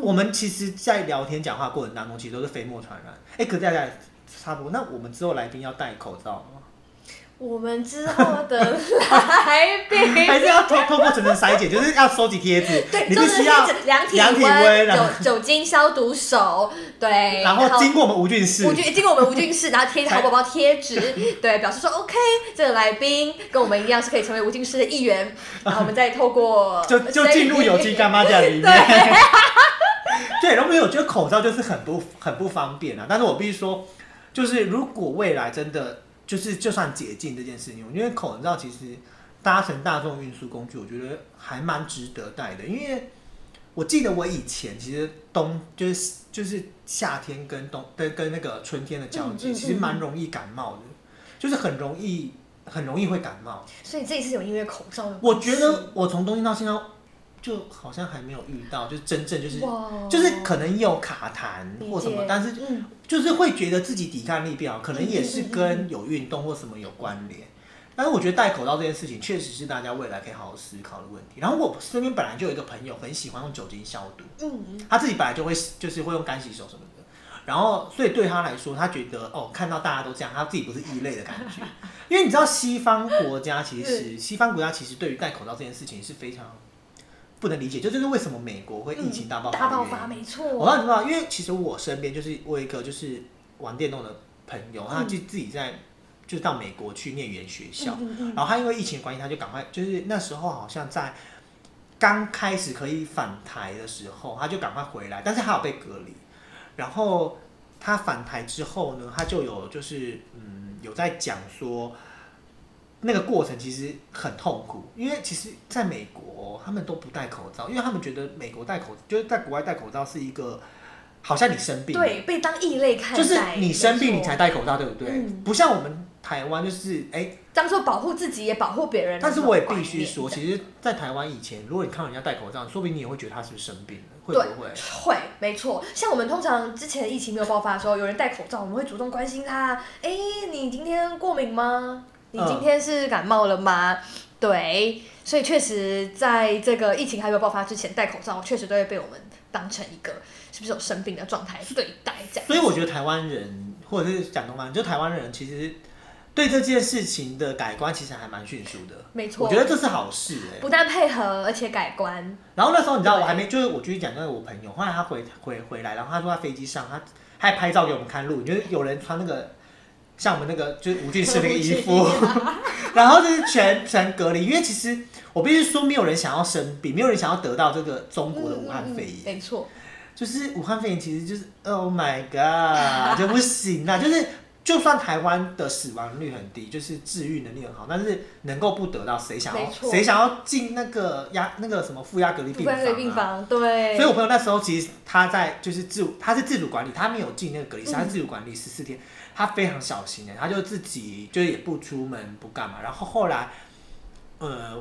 Speaker 1: 我们其实，在聊天讲话过程当中，其实都是飞沫传染。哎、可是大家也差不多。那我们之后来宾要戴口罩吗？
Speaker 3: 我们之后的 *laughs* 来宾
Speaker 1: *laughs* 还是要透透过层层筛检，就是要收集贴纸，
Speaker 3: 对，
Speaker 1: 你
Speaker 3: 就
Speaker 1: 必
Speaker 3: 是
Speaker 1: 须要
Speaker 3: 量体
Speaker 1: 量体温，然后
Speaker 3: 酒酒精消毒手，
Speaker 1: *laughs*
Speaker 3: 对，
Speaker 1: 然后经过我们无菌室
Speaker 3: 无，菌经过我们无菌室，然
Speaker 1: *laughs*
Speaker 3: 后贴好宝宝贴纸，对，表示说 OK，这个来宾跟我们一样是可以成为无菌室的一员，然后我们再透过
Speaker 1: *laughs* 就就进入有机干妈店里面。 *laughs* 对，然后因为我觉得口罩就是很不很不方便啊，但是我必须说，就是如果未来真的就是就算解禁这件事情，我觉得口罩其实搭乘大众运输工具，我觉得还蛮值得戴的，因为我记得我以前其实冬就是就是夏天跟冬跟跟那个春天的交
Speaker 3: 嗯
Speaker 1: 界，
Speaker 3: 嗯
Speaker 1: 其实蛮容易感冒的，就是很容易很容易会感冒。
Speaker 3: 所以这一次有因为口罩的
Speaker 1: 我
Speaker 3: 关系，
Speaker 1: 觉得我从东京到现在，就好像还没有遇到，就是真正就是
Speaker 3: 哇
Speaker 1: 就是可能有卡
Speaker 3: 理
Speaker 1: 痰或什
Speaker 3: 解
Speaker 1: 么，但是
Speaker 3: 嗯，
Speaker 1: 就是会觉得自己抵抗力变好，可能也是
Speaker 3: 嗯嗯嗯嗯
Speaker 1: 跟有运动或什么有关联。但是我觉得戴口罩这件事情确实是大家未来可以好好思考的问题。然后我身边本来就有一个朋友很喜欢用酒精消毒，
Speaker 3: 嗯，
Speaker 1: 他自己本来就会就是会用干洗手什么的，然后所以对他来说，他觉得哦，看到大家都这样，他自己不是异类的感
Speaker 3: *laughs*
Speaker 1: 觉。因为你知道西方国家其
Speaker 3: 嗯
Speaker 1: 实西方国家其实对于戴口罩这件事情是非常不能理解，这就是为什么美国会疫情大爆发、
Speaker 3: 嗯大爆发，。没错。
Speaker 1: 我让你知道，因为其实我身边就是我有一个就是玩电动的朋友，他就自己在就是到美国去念语言学校，
Speaker 3: 嗯嗯嗯
Speaker 1: 然后他因为疫情的关系，他就赶快，就是那时候好像在刚开始可以返台的时候，他就赶快回来，但是他有被隔离。然后他返台之后呢，他就有就是嗯有在讲说，那个过程其实很痛苦，因为其实在美国、他们都不戴口罩，因为他们觉得美国戴口就是在国外戴口罩是一个好像你生病了
Speaker 3: 对，被当异类看待，
Speaker 1: 就是你生病
Speaker 3: 没
Speaker 1: 你
Speaker 3: 错
Speaker 1: 才戴口罩，对不对？
Speaker 3: 嗯
Speaker 1: 不像我们台湾就是哎。
Speaker 3: 当做保护自己也保护别人。
Speaker 1: 但是我也必须说，其实，在台湾以前，如果你看到人家戴口罩，说不定你也会觉得他是不是生病了，会
Speaker 3: 对
Speaker 1: 不会？
Speaker 3: 会，没错。像我们通常之前疫情没有爆发的时候，有人戴口罩，我们会主动关心他。哎，你今天过敏吗？
Speaker 1: 嗯
Speaker 3: 你今天是感冒了吗？对，所以确实在这个疫情还没有爆发之前，戴口罩确实都会被我们当成一个是不是有生病的状态对待这样。
Speaker 1: 所以我觉得台湾人，或者是讲东方人，就台湾人其实对这件事情的改观其实还蛮迅速的。
Speaker 3: 没错
Speaker 1: 我觉得这是好事哎、
Speaker 3: 不但配合，而且改观。
Speaker 1: 然后那时候你知道，
Speaker 3: 对
Speaker 1: 我还没就是我继续讲那个我朋友，后来他回回回来，然后他说他飞机上他他还拍照给我们看录，就是有人穿那个像我们那个就是吴俊士那个衣
Speaker 3: *laughs*
Speaker 1: 服， *laughs* 然后就是全全隔离，因为其实我必须说，没有人想要生病，没有人想要得到这个中国的啊武汉肺
Speaker 3: 嗯
Speaker 1: 炎，
Speaker 3: 没错，
Speaker 1: 就是武汉肺炎其实就是 Oh my God，就不行啦，就是。就算台湾的死亡率很低，就是治愈能力很好，但是能够不得到，谁想要
Speaker 3: 没错
Speaker 1: 谁想要进那个压那个什么负压隔离
Speaker 3: 不
Speaker 1: 病房、
Speaker 3: 关
Speaker 1: 啊？
Speaker 3: 的病房，对。
Speaker 1: 所以我朋友那时候其实他在就是自主，他是自主管理，他没有进那个隔
Speaker 3: 嗯
Speaker 1: 离室，他是自主管理十四天，他非常小心的，他就自己就是也不出门不干嘛。然后后来，呃，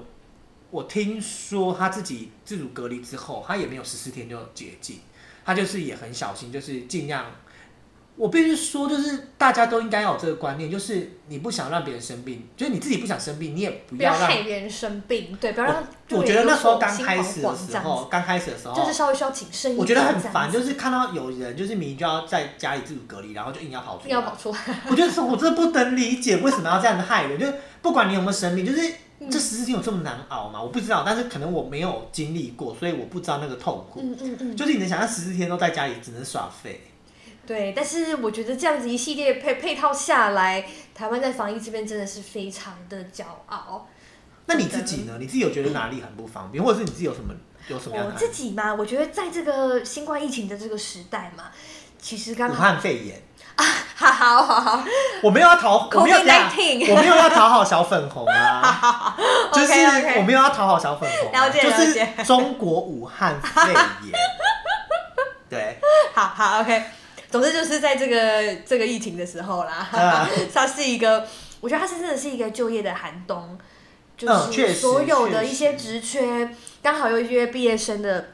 Speaker 1: 我听说他自己自主隔离之后，他也没有十四天就解禁，他就是也很小心，就是尽量。我必须说，就是大家都应该要有这个观念，就是你不想让别人生病，就是你自己不想生病，你也不
Speaker 3: 不要
Speaker 1: 要让。
Speaker 3: 害别人生病，对，不要让
Speaker 1: 我我觉得那时候刚
Speaker 3: 心
Speaker 1: 开始
Speaker 3: 惶
Speaker 1: 的
Speaker 3: 惶
Speaker 1: 时
Speaker 3: 这样
Speaker 1: 候，刚开始的时候，
Speaker 3: 子就是稍微需要谨慎一点。
Speaker 1: 哦我觉得很烦，
Speaker 3: 这样子
Speaker 1: 就是看到有人就是明明就要在家里自主隔离，然后就硬要跑出
Speaker 3: 一
Speaker 1: 来。
Speaker 3: 定要跑出来。
Speaker 1: 我觉得是我真的不能理解为什么要这样子害人，就是不管你有没有生病，就是
Speaker 3: 嗯
Speaker 1: 这十四天有这么难熬吗？我不知道，但是可能我没有经历过，所以我不知道那个痛苦。
Speaker 3: 嗯嗯嗯，
Speaker 1: 就是你能想象十四天都在家里只能耍废，
Speaker 3: 对。但是我觉得这样子一系列配配套下来，台湾在防疫这边真的是非常的骄傲。
Speaker 1: 那你自己呢？你自己有觉得哪里很不方便，或者是你自己有什么有什么样
Speaker 3: 我
Speaker 1: 的
Speaker 3: 自己嘛，我觉得在这个新冠疫情的这个时代嘛，其实刚
Speaker 1: 武
Speaker 3: 好，
Speaker 1: 汉肺炎？
Speaker 3: 哈 *laughs* 好好好
Speaker 1: 我没有要讨，我没有要
Speaker 3: COVID-19
Speaker 1: 我没有要讨好小粉红啊，
Speaker 3: *laughs*
Speaker 1: 就是
Speaker 3: OK，OK
Speaker 1: 我没有要讨好小粉红啊、
Speaker 3: 了解了解
Speaker 1: 就是中国武汉肺
Speaker 3: *laughs*
Speaker 1: 炎，对，
Speaker 3: 好好，OK。总之就是在这个这个疫情的时候啦，
Speaker 1: 啊
Speaker 3: *laughs* 它是一个，我觉得它是真的是一个就业的寒冬，就
Speaker 1: 嗯确
Speaker 3: 是
Speaker 1: 实
Speaker 3: 所有的一些
Speaker 1: 确
Speaker 3: 职缺，刚好有一些毕业生的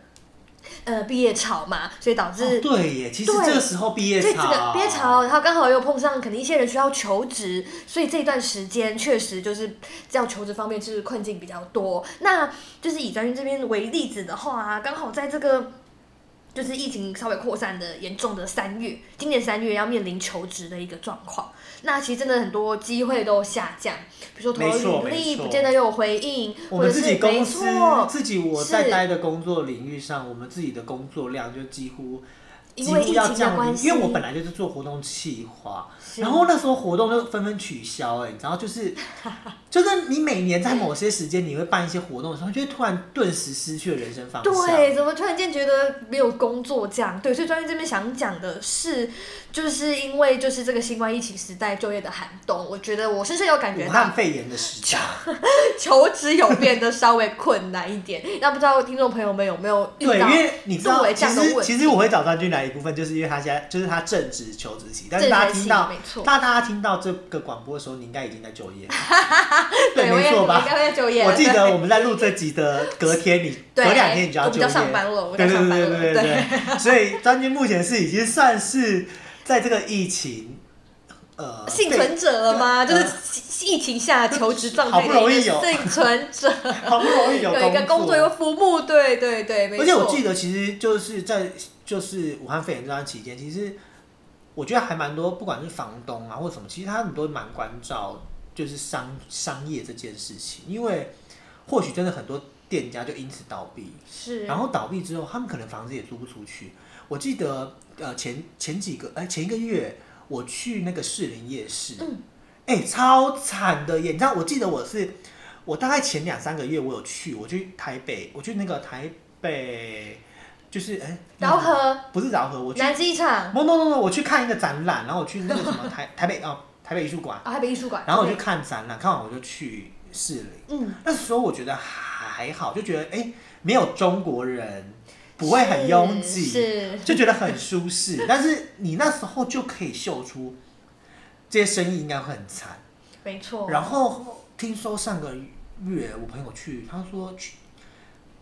Speaker 3: 呃毕业潮嘛，所以导
Speaker 1: 哦
Speaker 3: 致、
Speaker 1: 对耶，其实
Speaker 3: 对
Speaker 1: 这个时候毕业
Speaker 3: 所以这
Speaker 1: 潮，
Speaker 3: 个憋潮，然后刚好又碰上可能一些人需要求职，所以这一段时间确实就是这样求职方面就是困境比较多。那就是以专运这边为例子的话、啊，刚好在这个。就是疫情稍微扩散的严重的三月，今年三月要面临求职的一个状况。那其实真的很多机会都下降，比如说
Speaker 1: 没
Speaker 3: 投
Speaker 1: 错
Speaker 3: 了履
Speaker 1: 没
Speaker 3: 历
Speaker 1: 错
Speaker 3: 不见得有回应，
Speaker 1: 我
Speaker 3: 或
Speaker 1: 们
Speaker 3: 者
Speaker 1: 自己
Speaker 3: 是
Speaker 1: 公
Speaker 3: 没
Speaker 1: 司
Speaker 3: 错，
Speaker 1: 自己我在
Speaker 3: 是
Speaker 1: 待的工作领域上，我们自己的工作量就几乎。几
Speaker 3: 因为
Speaker 1: 乎
Speaker 3: 疫
Speaker 1: 要
Speaker 3: 情
Speaker 1: 降
Speaker 3: 的
Speaker 1: 低
Speaker 3: 关系，
Speaker 1: 因为我本来就是做活动企划，
Speaker 3: 是
Speaker 1: 然后那时候活动就纷纷取消、哎，然后就是
Speaker 3: *laughs*
Speaker 1: 就是你每年在某些时间你会办一些活动的时候，就会突然顿时失去了人生方向。
Speaker 3: 对，怎么突然间觉得没有工作这样？对，所以专业这边想讲的是，就是因为就是这个新冠疫情时代就业的寒冬，我觉得我深深有感觉
Speaker 1: 武
Speaker 3: 到
Speaker 1: 汉肺炎的时代，
Speaker 3: *laughs* 求职有变得稍微困难一点。那不知道听众朋友们有没有遇
Speaker 1: 对，因
Speaker 3: 到？
Speaker 1: 为你知道
Speaker 3: 作，为这
Speaker 1: 其
Speaker 3: 样的
Speaker 1: 实
Speaker 3: 问
Speaker 1: 其实我会找张军来一部分，就是因为他现在就是他正值求职期，但是
Speaker 3: 正
Speaker 1: 大家
Speaker 3: 值
Speaker 1: 听
Speaker 3: 期
Speaker 1: 到
Speaker 3: 没，错
Speaker 1: 大大家听到这个广播的时候，你应该已经在就
Speaker 3: *laughs*
Speaker 1: 业了，
Speaker 3: 对，我
Speaker 1: 没
Speaker 3: 也
Speaker 1: 错
Speaker 3: 我应
Speaker 1: 吧？
Speaker 3: 该会在就业了。
Speaker 1: 我记得
Speaker 3: 对
Speaker 1: 我们在录这集的隔天，你隔
Speaker 3: 对
Speaker 1: 两天你就要
Speaker 3: 我
Speaker 1: 就业，
Speaker 3: 们就上班了我们
Speaker 1: 对对
Speaker 3: 就上班
Speaker 1: 对
Speaker 3: 了
Speaker 1: 对对对。所以张军目前是已经算是在这个疫情呃
Speaker 3: 幸存者了吗？
Speaker 1: 被
Speaker 3: 就是疫情下求职状态
Speaker 1: 呃好不容易有
Speaker 3: 的幸存者，
Speaker 1: 被好不容 *laughs* 易有
Speaker 3: *laughs* 有一个工作，有个服务，对对对，没错。
Speaker 1: 而且我记得其实就是在就是武汉肺炎这段期间，其实我觉得还蛮多，不管是房东啊或什么，其实他们都蛮关照就是商商业这件事情，因为或许真的很多店家就因此倒闭，
Speaker 3: 是，
Speaker 1: 然后倒闭之后，他们可能房子也租不出去。我记得呃前前几个哎、前一个月我去那个士林夜市，
Speaker 3: 嗯
Speaker 1: 哎、超惨的耶！你知道，我记得我是我大概前两三个月我有去，我去台北，我去那个台北就是哎
Speaker 3: 饶河
Speaker 1: 不是饶河，我去
Speaker 3: 南机场啊
Speaker 1: ，no no no no，我去看一个展览，然后我去那个什么台 *laughs* 台北哦台北艺术馆，
Speaker 3: 啊，台北艺术馆，
Speaker 1: 然后我去
Speaker 3: OK
Speaker 1: 看展览，看完我就去士林。
Speaker 3: 嗯，
Speaker 1: 那时候我觉得还好，就觉得哎、诶没有中国人，不会很拥挤，
Speaker 3: 是，是
Speaker 1: 就觉得很舒
Speaker 3: *laughs*
Speaker 1: 适。但是你那时候就可以秀出这些生意应该会很惨。
Speaker 3: 没错。
Speaker 1: 然后听说上个月我朋友去，他说去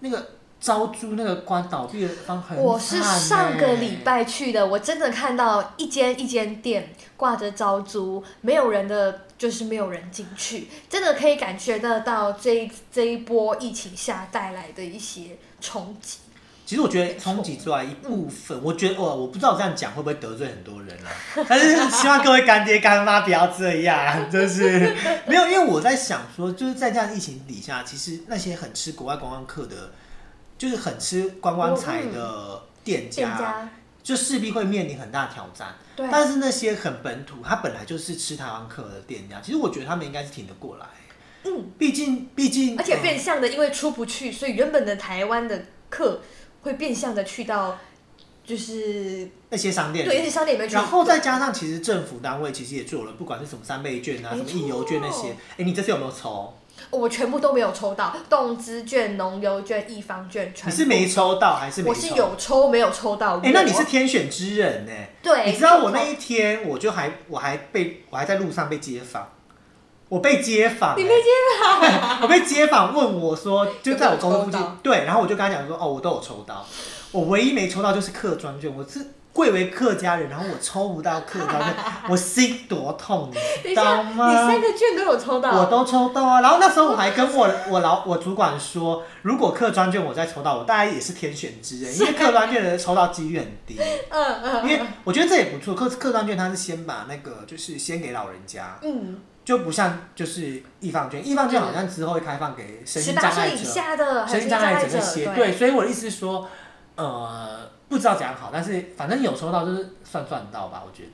Speaker 1: 那个招租那个关倒闭的方很惨欸、欸
Speaker 3: 我是上个礼拜去的，我真的看到一间一间店挂着招租，没有人的，就是没有人进去，真的可以感觉得到这一这一波疫情下带来的一些冲击。
Speaker 1: 其实我觉得冲击之外一部分，我觉得哦我我不知道我这样讲会不会得罪很多人啊， *laughs* 但是希望各位干爹干妈不要这样，就是没有，因为我在想说，就是在这样疫情底下，其实那些很吃国外观光客的，就是很吃观光财的店
Speaker 3: 嗯店
Speaker 1: 家，
Speaker 3: 家
Speaker 1: 就势必会面临很大挑战。
Speaker 3: 对，
Speaker 1: 但是那些很本土，他本来就是吃台湾客的店家，其实我觉得他们应该是挺得过来，
Speaker 3: 嗯，
Speaker 1: 毕竟毕竟，
Speaker 3: 而且
Speaker 1: 呃
Speaker 3: 变相的，因为出不去，所以原本的台湾的客会变相的去到，就是
Speaker 1: 那些商店里
Speaker 3: 对，而且商店里面去，
Speaker 1: 然后再加上，其实政府单位其实也做了，不管是什么三倍券啊、什
Speaker 3: 没
Speaker 1: 么
Speaker 3: 错
Speaker 1: 印邮券那些，哎、你这次有没有抽？
Speaker 3: 我全部都没有抽到，动资券、农游券、一方券，全
Speaker 1: 你
Speaker 3: 部
Speaker 1: 是没抽到还是没
Speaker 3: 我
Speaker 1: 抽？
Speaker 3: 是。有抽没有抽到。
Speaker 1: 哎、那你是天选之人呢、
Speaker 3: 对，
Speaker 1: 你知道我那一天，我就还我还被我还在路上被街访，我被街访、
Speaker 3: 你被
Speaker 1: 街访，我被街访问我说，
Speaker 3: *laughs*
Speaker 1: 就在我公司附近
Speaker 3: 有没有抽到，
Speaker 1: 对，然后我就跟他讲说，哦，我都有抽到，我唯一没抽到就是客庄券，我是贵为客家人，然后我抽不到客庄
Speaker 3: *laughs*
Speaker 1: 券，我心多痛，
Speaker 3: 等
Speaker 1: 你知
Speaker 3: 一
Speaker 1: 道
Speaker 3: 下，
Speaker 1: 吗？
Speaker 3: 你三个券都有抽到，
Speaker 1: 我都抽到啊。然后那时候我还跟我我老我主管说，如果客专券我再抽到，我大概也是天选之人，因为客专券的抽到几率很低。
Speaker 3: 嗯
Speaker 1: 因
Speaker 3: 嗯
Speaker 1: 为 *laughs* 我觉得这也不错，客客专券它是先把那个就是先给老人家，
Speaker 3: 嗯，
Speaker 1: 就不像就是易放券，易放券好像之后会开放给身
Speaker 3: 十
Speaker 1: 心
Speaker 3: 八
Speaker 1: 障
Speaker 3: 岁
Speaker 1: 碍
Speaker 3: 以
Speaker 1: 者、
Speaker 3: 下的还
Speaker 1: 身
Speaker 3: 是
Speaker 1: 心
Speaker 3: 障
Speaker 1: 障
Speaker 3: 碍
Speaker 1: 碍
Speaker 3: 者
Speaker 1: 者那些。
Speaker 3: 对，
Speaker 1: 对，所以我的意思是说，呃，不知道怎样好，但是反正有抽到就是算赚到吧，我觉得。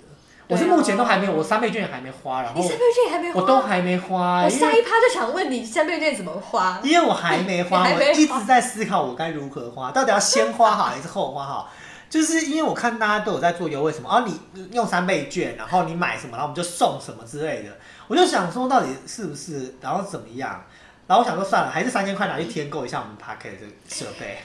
Speaker 1: 我是
Speaker 3: 对啊
Speaker 1: 目前都还没有，我三倍券还没花，然后
Speaker 3: 你三倍券还没花，
Speaker 1: 我都还没花，
Speaker 3: 我
Speaker 1: 因为
Speaker 3: 下一趴就想问你三倍券怎么花？
Speaker 1: 因为我还没花，
Speaker 3: *laughs* 你还
Speaker 1: 我
Speaker 3: 没花
Speaker 1: 一直在思考我该如何花，到底要先花好还是后花好？就是因为我看大家都有在做优惠什么，哦，你用三倍券，然后你买什么，然后我们就送什么之类的，我就想说到底是不是，然后怎么样？然后我想说算了，还是三千块拿去添购一下我们 p a r k e 的设备。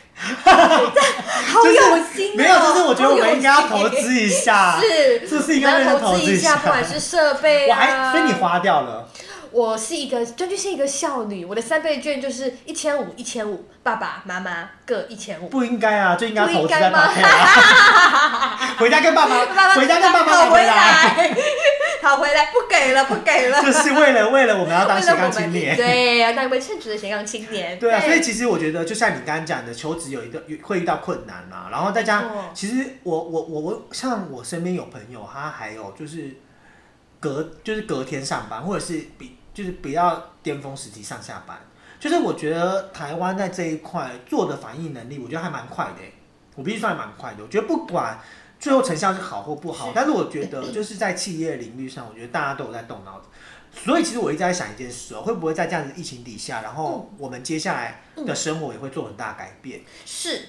Speaker 3: 好
Speaker 1: 就是
Speaker 3: 有心、哦，
Speaker 1: 没有，就是我觉得我
Speaker 3: 好有
Speaker 1: 们应该要
Speaker 3: 心
Speaker 1: 投资一下， *laughs*
Speaker 3: 是，啊
Speaker 1: 这是应该认
Speaker 3: 要
Speaker 1: 真
Speaker 3: 投
Speaker 1: 投
Speaker 3: 资
Speaker 1: 资
Speaker 3: 一
Speaker 1: 一
Speaker 3: 下，
Speaker 1: 下
Speaker 3: 不管是设备
Speaker 1: 我
Speaker 3: 啊。
Speaker 1: 还所以你，花掉了，
Speaker 3: 我是一个，娟娟是一个孝女，我的三倍券就是一千五，一千五，爸爸妈妈各一千五。
Speaker 1: 不应该啊，就应该
Speaker 3: 不
Speaker 1: 投
Speaker 3: 应
Speaker 1: 资
Speaker 3: 该
Speaker 1: 在 p
Speaker 3: 吗
Speaker 1: a r k e 啊。 *laughs* 回家跟爸妈，
Speaker 3: *laughs* 爸爸
Speaker 1: 回家跟爸妈
Speaker 3: 讨
Speaker 1: 买
Speaker 3: 回
Speaker 1: 回来。
Speaker 3: 来， *laughs* 讨回来，不给了，不给了。
Speaker 1: *laughs*
Speaker 3: *laughs*
Speaker 1: 就是为了为了我们要当
Speaker 3: 为
Speaker 1: 斜
Speaker 3: 了我
Speaker 1: 杠
Speaker 3: 们，
Speaker 1: 青年。
Speaker 3: 对，要当一位称职的斜杠青年。
Speaker 1: 对啊，所以其实我觉得，就像你刚刚讲的，求职有一个有会遇到困难啦、然后再加
Speaker 3: 没错
Speaker 1: 上，其实我我我我像我身边有朋友，他还有就是隔就是隔天上班，或者是比就是不要巅峰时期上下班，就是我觉得台湾在这一块做的反应能力，我觉得还蛮快的欸、我必须算蛮快的。我觉得不管最后成效是好或不好
Speaker 3: 是，
Speaker 1: 但是我觉得就是在企业领域上，我觉得大家都有在动脑子。所以其实我一直在想一件事哦，会不会在这样子疫情底下，然后
Speaker 3: 嗯
Speaker 1: 我们接下来的生活也会做很大改变？
Speaker 3: 是。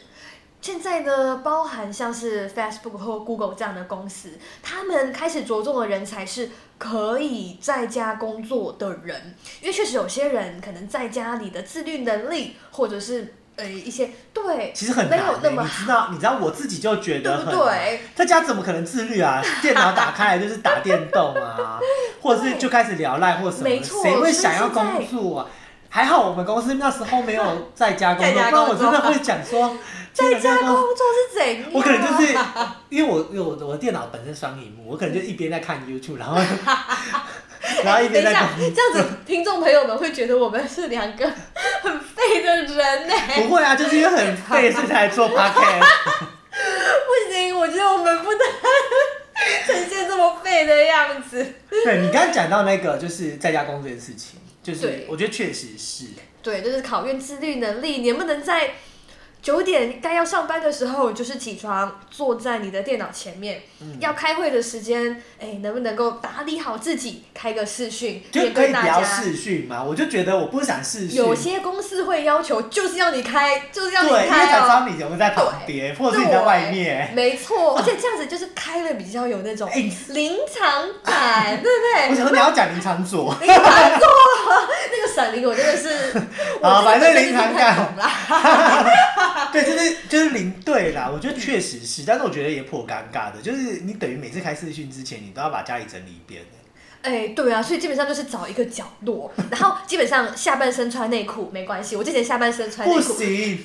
Speaker 3: 现在呢，包含像是 Facebook 或 Google 这样的公司，他们开始着重的人才是可以在家工作的人，因为确实有些人可能在家里的自律能力，或者是呃一些对，
Speaker 1: 其实很
Speaker 3: 没
Speaker 1: 难、欸
Speaker 3: 有那么
Speaker 1: 你知道，你知道我自己就觉得很
Speaker 3: 对不
Speaker 1: 难。
Speaker 3: *laughs* 对？
Speaker 1: 在家怎么可能自律
Speaker 3: *laughs*
Speaker 1: 啊？电脑打开来就是打电动啊，或者是就开始聊赖或什么
Speaker 3: 没
Speaker 1: 的，
Speaker 3: 错
Speaker 1: 谁会想要工作啊？还好我们公司那时候没有在家工作，
Speaker 3: *laughs* 在家
Speaker 1: 不然我
Speaker 3: 工
Speaker 1: 真
Speaker 3: 作
Speaker 1: 的会讲说，
Speaker 3: 在家工
Speaker 1: 工
Speaker 3: 作是怎样？
Speaker 1: 我可能就是因为我因为我我的电脑本身双屏幕，我可能就一边在看 YouTube，然后 *laughs* 然后一
Speaker 3: 等
Speaker 1: 边
Speaker 3: 一
Speaker 1: 在
Speaker 3: 下
Speaker 1: 工，
Speaker 3: 这样子听众朋友们会觉得我们是两个很废的人呢、
Speaker 1: 不会啊，就是因为很费事才做
Speaker 3: 哎
Speaker 1: podcast。
Speaker 3: 不行，我觉得我们不能 *laughs* 呈现这么废的样子。
Speaker 1: 对你刚刚讲到那个就是在家工作这件事情，就是
Speaker 3: 对
Speaker 1: 我觉得确实是，
Speaker 3: 对，就是考验自律能力，你能不能在九点该要上班的时候，就是起床坐在你的电脑前面，要开会的时间，哎，能不能够打理好自己，开个视讯，
Speaker 1: 就
Speaker 3: 也
Speaker 1: 可以
Speaker 3: 跟
Speaker 1: 不
Speaker 3: 大
Speaker 1: 要
Speaker 3: 家。
Speaker 1: 视讯嘛，我就觉得我不想视讯，
Speaker 3: 有些公司会要求就是要你开，就是要你
Speaker 1: 对，因为
Speaker 3: 开
Speaker 1: 才知
Speaker 3: 哦。
Speaker 1: 道你有没有在旁边，或者是你在外面。*laughs*
Speaker 3: 没错，而且这样子就是开了比较有那种
Speaker 1: 哎你
Speaker 3: 临场
Speaker 1: *laughs*
Speaker 3: 感，对
Speaker 1: 我想
Speaker 3: 不对？
Speaker 1: 说你要讲临场左，
Speaker 3: *laughs* 临场做那个闪灵，我真的是，
Speaker 1: *laughs* 好
Speaker 3: 我
Speaker 1: 反正
Speaker 3: 真的
Speaker 1: 临
Speaker 3: 是
Speaker 1: 场
Speaker 3: 不
Speaker 1: 感
Speaker 3: 太懂啦。 *laughs*
Speaker 1: 对，就是就是零对啦，我觉得确实是，但是我觉得也颇尴尬的，就是你等于每次开视讯之前，你都要把家里整理一遍。
Speaker 3: 哎，对啊，所以基本上就是找一个角
Speaker 1: *laughs*
Speaker 3: 落，然后基本上下半身穿内裤没关系。我之前下半身穿内
Speaker 1: 不
Speaker 3: 裤，
Speaker 1: 行，哎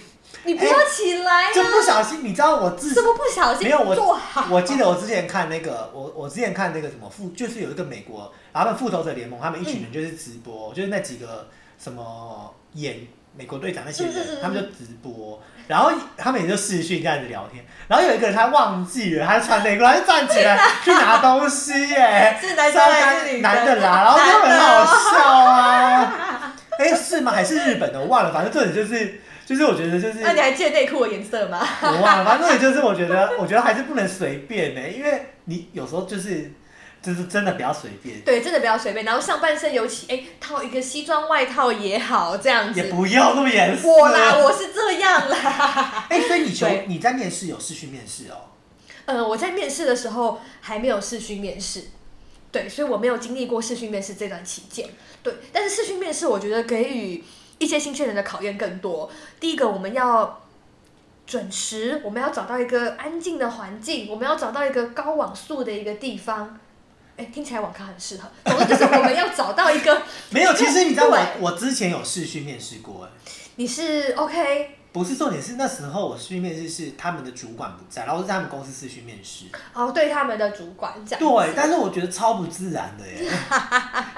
Speaker 3: 你不要起来啊！
Speaker 1: 就不小心，你知道我自
Speaker 3: 怎么不小心
Speaker 1: 没有我
Speaker 3: 做好？
Speaker 1: 我记得我之前看那个，我我之前看那个什么复，就是有一个美国，然后他们复仇者联盟，他们一群人就是直
Speaker 3: 嗯
Speaker 1: 播，就是那几个什么演美国队长那些人，
Speaker 3: 嗯嗯嗯嗯
Speaker 1: 他们就直播，然后他们也就视讯这样子聊天，然后有一个人他忘记了，他穿内裤，他就站起来去拿东西耶，
Speaker 3: *laughs* 是男生还是女生
Speaker 1: 男的啦，然后就很
Speaker 3: 男的
Speaker 1: 好
Speaker 3: 哦
Speaker 1: 笑啊，
Speaker 3: *laughs*
Speaker 1: 哎、是吗？还是日本的？我忘了，反正重点就是就是我觉得就是
Speaker 3: 那、啊你还记得内裤的颜色吗？
Speaker 1: 我忘了，反正也就是我觉得，我觉得还是不能随便呢、因为你有时候就是就是真的不要随便，
Speaker 3: 对，真的不要随便。然后上半身尤其，哎，套一个西装外套也好，这样
Speaker 1: 也
Speaker 3: 子。
Speaker 1: 不啊要那么严肃。
Speaker 3: 我啦，我是这样啦。 *laughs*
Speaker 1: 哎、所以你求
Speaker 3: 对
Speaker 1: 你在面试有试训面试哦、，
Speaker 3: 呃，我在面试的时候还没有视讯面试，对，所以我没有经历过视讯面试这段期间。对，但是视讯面试我觉得给予一些新鲜人的考验更多。第一个，我们要准时，我们要找到一个安静的环境，我们要找到一个高网速的一个地方。哎，听起来网咖很适合。总之就是我们要找到一个
Speaker 1: 没有，其实你知道我
Speaker 3: 对
Speaker 1: 我之前有试训面试过、哎，
Speaker 3: 你是 OK
Speaker 1: 不是重点是那时候我试训面试是他们的主管不在，然后是他们公司试训面试。
Speaker 3: 哦，对他们的主管这样子。
Speaker 1: 对，但是我觉得超不自然的耶。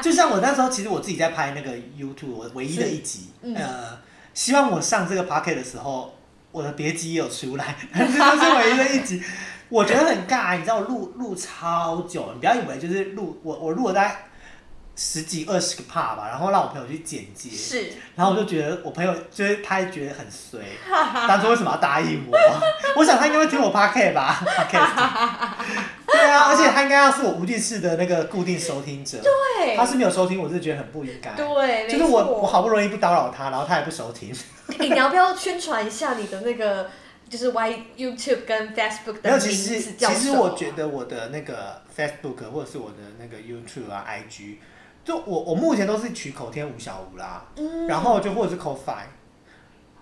Speaker 1: 就像我那时候，其实我自己在拍那个 YouTube，我唯一的一集，
Speaker 3: 嗯
Speaker 1: 呃，希望我上这个 p o c k e t 的时候，我的别集也有出来， *laughs* 这就是唯一的一集。我觉得很尬，你知道，我录录超久，你不要以为就是录我我录了大概十几二十个 part 吧，然后让我朋友去剪接，
Speaker 3: 是，
Speaker 1: 然后我就觉得我朋友就是他也觉得很衰，当初为什么要答应我？ *laughs* 我想他应该会听我 p o c a s t 吧 p o c a
Speaker 3: *laughs*
Speaker 1: s t 对啊，而且他应该要是我无定式的那个固定收听者，
Speaker 3: 对
Speaker 1: 他，是没有收听，我是觉得很不应该。
Speaker 3: 对，
Speaker 1: 就是
Speaker 3: 没
Speaker 1: 我
Speaker 3: 错
Speaker 1: 我好不容易不叨扰他，然后他也不收听。
Speaker 3: *laughs* 欸你要不要宣传一下你的那个就是 Y YouTube 跟 Facebook
Speaker 1: 没有，
Speaker 3: 的名
Speaker 1: 其实
Speaker 3: 字叫
Speaker 1: 其实
Speaker 3: 什么
Speaker 1: 我觉得我的那个 Facebook 或者是我的那个 YouTube 啊、IG，就我我目前都是取口天吴小吴啦，
Speaker 3: 嗯
Speaker 1: 然后就或者是口 five，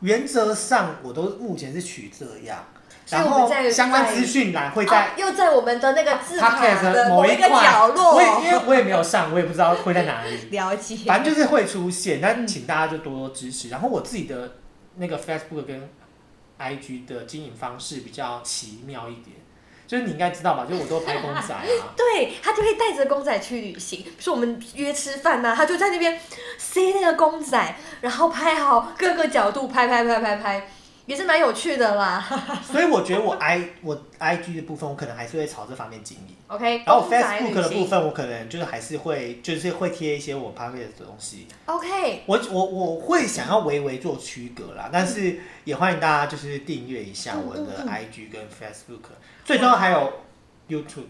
Speaker 1: 原则上我都目前是取这样，
Speaker 3: 所以
Speaker 1: 然
Speaker 3: 我们
Speaker 1: 后
Speaker 3: 在
Speaker 1: 相关
Speaker 3: 在
Speaker 1: 资讯栏会在
Speaker 3: 啊。又在我们的那个字卡
Speaker 1: podcast
Speaker 3: 的
Speaker 1: 某
Speaker 3: 一个
Speaker 1: 块，
Speaker 3: 角落
Speaker 1: 我，也因为我也没有上，我也不知道会在哪里，
Speaker 3: 了解。。
Speaker 1: 反正就是会出现，但请大家就多多支持。然后我自己的那个 Facebook 跟 IG 的经营方式比较奇妙一点，就是你应该知道吧，就是我都拍公仔啊
Speaker 3: *laughs* 对他就会带着公仔去旅行，比如说我们约吃饭呐、他就在那边塞那个公仔，然后拍好各个角度，拍拍拍拍拍，也是蛮有趣的啦。
Speaker 1: 所以我觉得我 I 我 IG 的部分，我可能还是会朝这方面经营。
Speaker 3: OK，
Speaker 1: 然后
Speaker 3: 哎公
Speaker 1: Facebook 的
Speaker 3: 仔旅
Speaker 1: 部
Speaker 3: 行
Speaker 1: 分，我可能就是还是会，就是会贴一些我 p o c k e t 的东西。
Speaker 3: ，OK，
Speaker 1: 我我我会想要微微做区隔啦，但是也欢迎大家就是订阅一下我的
Speaker 3: 嗯嗯嗯
Speaker 1: IG 跟 Facebook，最重要还有 YouTube。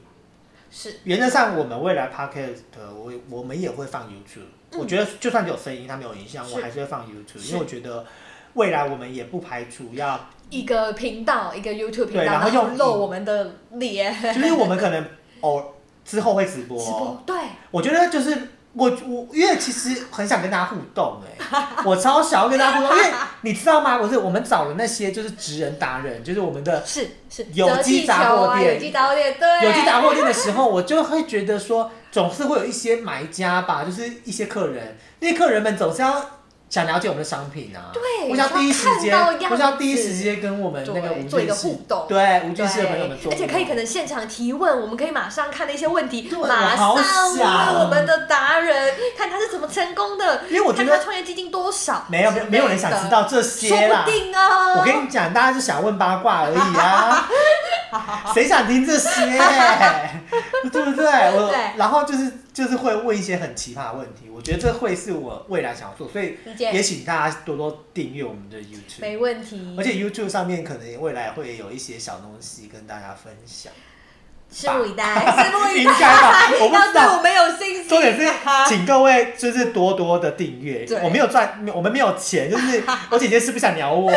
Speaker 3: 是
Speaker 1: 原则上，我们未来 Podcast 我我们也会放 YouTube、我觉得就算只有声音，它没有影像，
Speaker 3: 嗯是
Speaker 1: 我还是会放 YouTube，
Speaker 3: 是
Speaker 1: 因为我觉得未来我们也不排除要，
Speaker 3: 一个频道，一个 YouTube 频
Speaker 1: 对
Speaker 3: 道，
Speaker 1: 然后
Speaker 3: 然后
Speaker 1: 用
Speaker 3: 露
Speaker 1: 影
Speaker 3: 我们的
Speaker 1: *laughs*
Speaker 3: 脸。
Speaker 1: 就是我们可能偶之后会直播。
Speaker 3: 直播，对，
Speaker 1: 我觉得就是我我因为其实很想跟大家互动哎、
Speaker 3: *laughs*
Speaker 1: 我超想要跟大家互动，因为你知道吗？我是我们找了那些就是职人达人，就是我们的
Speaker 3: 是是
Speaker 1: 有
Speaker 3: 折
Speaker 1: 机
Speaker 3: 气
Speaker 1: 杂
Speaker 3: 球
Speaker 1: 货
Speaker 3: 啊
Speaker 1: 店
Speaker 3: 有机杂货店，对，
Speaker 1: 有机杂货店的时候，我就会觉得说，总是会有一些买家吧，就是一些客人，那些客人们总是要想了解我们的商品啊。
Speaker 3: 对
Speaker 1: 我想第一时间，
Speaker 3: 想看到样
Speaker 1: 我想第一时
Speaker 3: 子
Speaker 1: 间跟我们那个
Speaker 3: 对
Speaker 1: 无
Speaker 3: 做一
Speaker 1: 菌
Speaker 3: 个
Speaker 1: 室
Speaker 3: 互动
Speaker 1: 对无
Speaker 3: 对
Speaker 1: 菌室的朋友们做互动，
Speaker 3: 而且可以可能现场提问，我们可以马上看的一些问题，
Speaker 1: 对
Speaker 3: 马上
Speaker 1: 我好想
Speaker 3: 问我们的达人，看他是怎么成功的，
Speaker 1: 因为我觉
Speaker 3: 看
Speaker 1: 得
Speaker 3: 他创业基金多少，
Speaker 1: 没有没有没有人想知，道这
Speaker 3: 说
Speaker 1: 些啦
Speaker 3: 不。定啊，
Speaker 1: 我跟你讲，大家就想问八卦而已
Speaker 3: *laughs*
Speaker 1: 啊，谁想听这些，对不对？我
Speaker 3: 对
Speaker 1: 然后就是就是会问一些很奇葩的问题，我觉得这会是我未来想要做，所以
Speaker 3: 理
Speaker 1: 也
Speaker 3: 解，
Speaker 1: 请大家多多订阅我们的 YouTube。
Speaker 3: 没问题，
Speaker 1: 而且 YouTube 上面可能未来会有一些小东西跟大家分享，
Speaker 3: *laughs* 拭目以待，
Speaker 1: *laughs*
Speaker 3: 拭目以
Speaker 1: 应该吧？
Speaker 3: 待，
Speaker 1: 我不
Speaker 3: 啊 *laughs* 要
Speaker 1: 知
Speaker 3: 对
Speaker 1: 道
Speaker 3: 我。们有信
Speaker 1: *laughs*
Speaker 3: 心，，
Speaker 1: 重点是
Speaker 3: 啊
Speaker 1: 请各位就是多多的订阅
Speaker 3: 对。
Speaker 1: 我没有赚，我们没有钱，就是
Speaker 3: *laughs*
Speaker 1: 我姐姐是不想鸟我。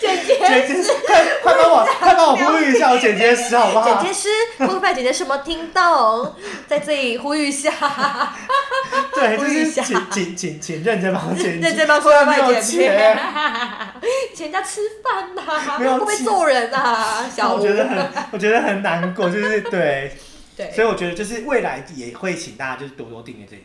Speaker 3: 姐
Speaker 1: *laughs*
Speaker 3: 姐
Speaker 1: 姐姐，快快帮我，快帮我呼吁一下我姐姐是好不
Speaker 3: 剪
Speaker 1: 好？
Speaker 3: 接师，不怕姐姐什么听
Speaker 1: *laughs*
Speaker 3: 懂，在这里呼吁一下，
Speaker 1: 对，就
Speaker 3: 呼吁一
Speaker 1: 是
Speaker 3: 下
Speaker 1: 请请请请认真帮我姐姐，
Speaker 3: *laughs* 认真帮
Speaker 1: 虽
Speaker 3: 各位
Speaker 1: 然没
Speaker 3: 卖
Speaker 1: 有
Speaker 3: 姐妹
Speaker 1: 钱，，
Speaker 3: *laughs* 请人家吃饭呐、
Speaker 1: 没有
Speaker 3: 会不会
Speaker 1: 钱
Speaker 3: 揍人啊？小
Speaker 1: 我
Speaker 3: 吴，
Speaker 1: 觉得很，我觉得很难过，就是对。
Speaker 3: 对，
Speaker 1: 所以我觉得就是未来也会请大家就是多多订阅这个。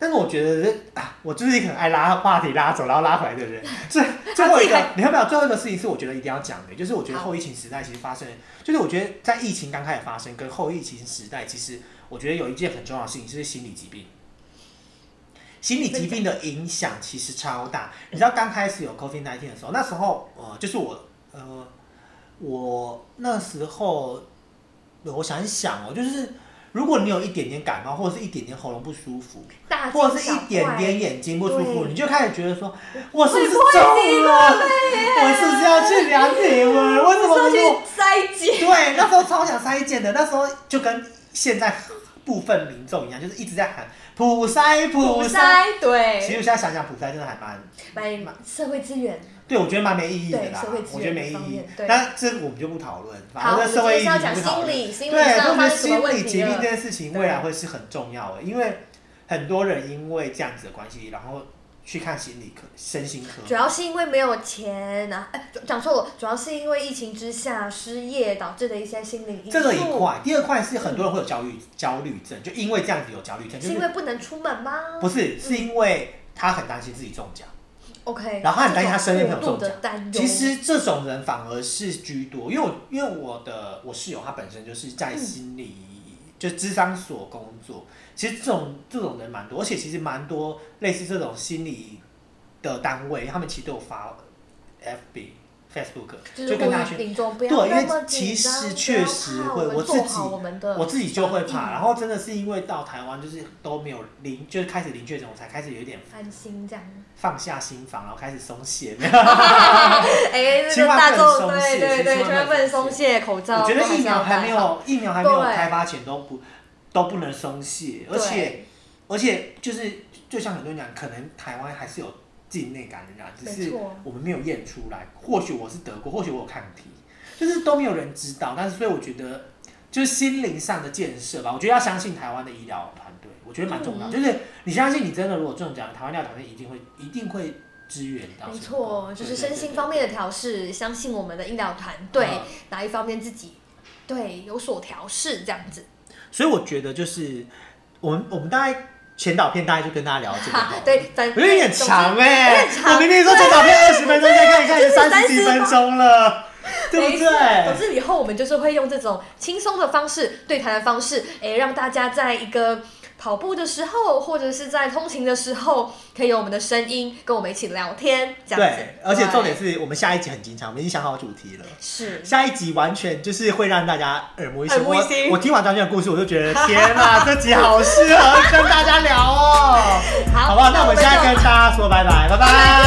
Speaker 1: 但是我觉得啊，我就是一个很爱拉话题拉走然后拉回来的人。
Speaker 3: *laughs*
Speaker 1: 最最后一
Speaker 3: 啊自己
Speaker 1: 个，你有没有最后一个事情是我觉得一定要讲的？就是我觉得后疫情时代其实发生，就是我觉得在疫情刚开始发生跟后疫情时代，其实我觉得有一件很重要的事情就是心理疾病。心理疾病的影响其实超大。你知道刚开始有 COVID 1 9的时候，那时候呃，就是我呃，我那时候我想一想哦，就是如果你有一点点感冒，或者是一点点喉咙不舒服，
Speaker 3: 大惊
Speaker 1: 或者是
Speaker 3: 小
Speaker 1: 一点
Speaker 3: 怪
Speaker 1: 点眼睛不舒服，
Speaker 3: 对
Speaker 1: 你就开始觉得说，我是不是
Speaker 3: 会不会
Speaker 1: 中了？我是不是要去量体温？我怎么
Speaker 3: 上
Speaker 1: 没有
Speaker 3: 去塞检，
Speaker 1: 对，那时候超想筛检的，那时候就跟现在部分民众一样，就是一直在喊普筛普
Speaker 3: 补
Speaker 1: 筛。
Speaker 3: 塞，
Speaker 1: 其实
Speaker 3: 对，
Speaker 1: 我现在想想，普筛真的还蛮，
Speaker 3: 买社会资源，
Speaker 1: 对我觉得蛮没意义的
Speaker 3: 对
Speaker 1: 啦
Speaker 3: 社会，资
Speaker 1: 我觉得
Speaker 3: 源
Speaker 1: 没意
Speaker 3: 方
Speaker 1: 义
Speaker 3: 面。对
Speaker 1: 但这我们就不讨论，反
Speaker 3: 好，我
Speaker 1: 正
Speaker 3: 们
Speaker 1: 社会
Speaker 3: 今
Speaker 1: 议
Speaker 3: 天
Speaker 1: 题我
Speaker 3: 是要
Speaker 1: 们
Speaker 3: 讲
Speaker 1: 不讨
Speaker 3: 心
Speaker 1: 论。
Speaker 3: 理，心理
Speaker 1: 对，
Speaker 3: 上
Speaker 1: 我觉得
Speaker 3: 发生什么
Speaker 1: 心
Speaker 3: 问
Speaker 1: 理
Speaker 3: 题
Speaker 1: 疾病这
Speaker 3: 了？
Speaker 1: 件事情未来会是很重要的，因为很多人因为这样子的关系，然后去看心理科、身心科。
Speaker 3: 主要是因为没有钱啊，哎，讲错了，主要是因为疫情之下失业导致的一些心理因素，
Speaker 1: 这个一块，第二块是很多人会有焦虑焦虑症，就因为这样子有焦虑症，就是
Speaker 3: 因为不能出门吗？
Speaker 1: 不是，是因为他很担心自己中奖，
Speaker 3: OK，
Speaker 1: 然后他很担心他身边朋
Speaker 3: 过
Speaker 1: 友中
Speaker 3: 度
Speaker 1: 奖
Speaker 3: 的担忧，
Speaker 1: 其实这种人反而是居多，因为我因为我的我室友他本身就是
Speaker 3: 嗯
Speaker 1: 在心理、就智商所工作，其实这种这种人蛮多，而且其实蛮多类似这种心理的单位，他们其实都有发 FB、Facebook，
Speaker 3: 就是
Speaker 1: 就跟
Speaker 3: 呼
Speaker 1: 大家
Speaker 3: 吁
Speaker 1: 去
Speaker 3: 民众不要
Speaker 1: 对，因
Speaker 3: 那
Speaker 1: 为
Speaker 3: 么
Speaker 1: 其
Speaker 3: 紧张
Speaker 1: 实
Speaker 3: 不
Speaker 1: 确
Speaker 3: 要
Speaker 1: 实
Speaker 3: 怕
Speaker 1: 会，
Speaker 3: 我
Speaker 1: 我
Speaker 3: 们
Speaker 1: 自
Speaker 3: 做
Speaker 1: 己
Speaker 3: 好我们的
Speaker 1: 我自己就会怕，
Speaker 3: 嗯
Speaker 1: 然后真的是因为到台湾就是都没有零，就是开始零确诊，我才开始有一点
Speaker 3: 安
Speaker 1: *laughs*
Speaker 3: 心这样。
Speaker 1: 放下心防，然后开始松懈。
Speaker 3: 哎，这
Speaker 1: 千
Speaker 3: 个
Speaker 1: 万
Speaker 3: 大
Speaker 1: 不能
Speaker 3: 众
Speaker 1: 松
Speaker 3: 对
Speaker 1: 懈
Speaker 3: 对
Speaker 1: 千
Speaker 3: 对，
Speaker 1: 万不
Speaker 3: 千万
Speaker 1: 能
Speaker 3: 不能松
Speaker 1: 松
Speaker 3: 懈，口
Speaker 1: 我
Speaker 3: 罩
Speaker 1: 觉得
Speaker 3: 都还
Speaker 1: 疫
Speaker 3: 是要
Speaker 1: 苗还
Speaker 3: 戴
Speaker 1: 没
Speaker 3: 好
Speaker 1: 有疫苗还没有
Speaker 3: 对
Speaker 1: 开发前都不都不能松懈，而且
Speaker 3: 对
Speaker 1: 而且就是就像很多人讲，可能台湾还是有境内感染，啊只
Speaker 3: 没
Speaker 1: 是
Speaker 3: 错
Speaker 1: 我们没有验出来。或许我是德国，或许我有抗体，就是都没有人知道。但是所以我觉得就是心灵上的建设吧，我觉得要相信台湾的医疗团队，我觉得蛮重要。
Speaker 3: 嗯
Speaker 1: 就是你相信你真的如果中奖，台湾医疗团队一定会一定会支援到。
Speaker 3: 没错，就是身心方
Speaker 1: 面。对对对
Speaker 3: 面的调试，相信我们的医疗团队
Speaker 1: 嗯
Speaker 3: 哪一方面自己对有所调试这样子。，
Speaker 1: 所以我觉得就是我们我们大概前导片大概就跟大家聊这个好了
Speaker 3: *laughs* 对，反
Speaker 1: 嗯我觉得有点长哎、
Speaker 3: 有点长
Speaker 1: 我明明说前导片二十分钟，再看一看也三十几分钟了， *laughs* 对
Speaker 3: 没
Speaker 1: 不
Speaker 3: 错，
Speaker 1: 对
Speaker 3: 总？之以后我们就是会用这种轻松的方式、对谈的方式，诶、让大家在一个跑步的时候，或者是在通勤的时候，可以有我们的声音跟我们一起聊天，这样子。
Speaker 1: 对，而且重点是我们下一集很精彩，我们已经想好主题了。
Speaker 3: 是
Speaker 1: 下一集完全就是会让大家耳目一新。
Speaker 3: 耳目一新
Speaker 1: 我我听完张俊的故事，我就觉得天
Speaker 3: *laughs*
Speaker 1: 哪，这集好适合跟大家聊哦，
Speaker 3: 好
Speaker 1: 好不好？那我们现在
Speaker 3: 就
Speaker 1: 跟大家说拜拜，拜
Speaker 3: 拜拜。
Speaker 1: 哦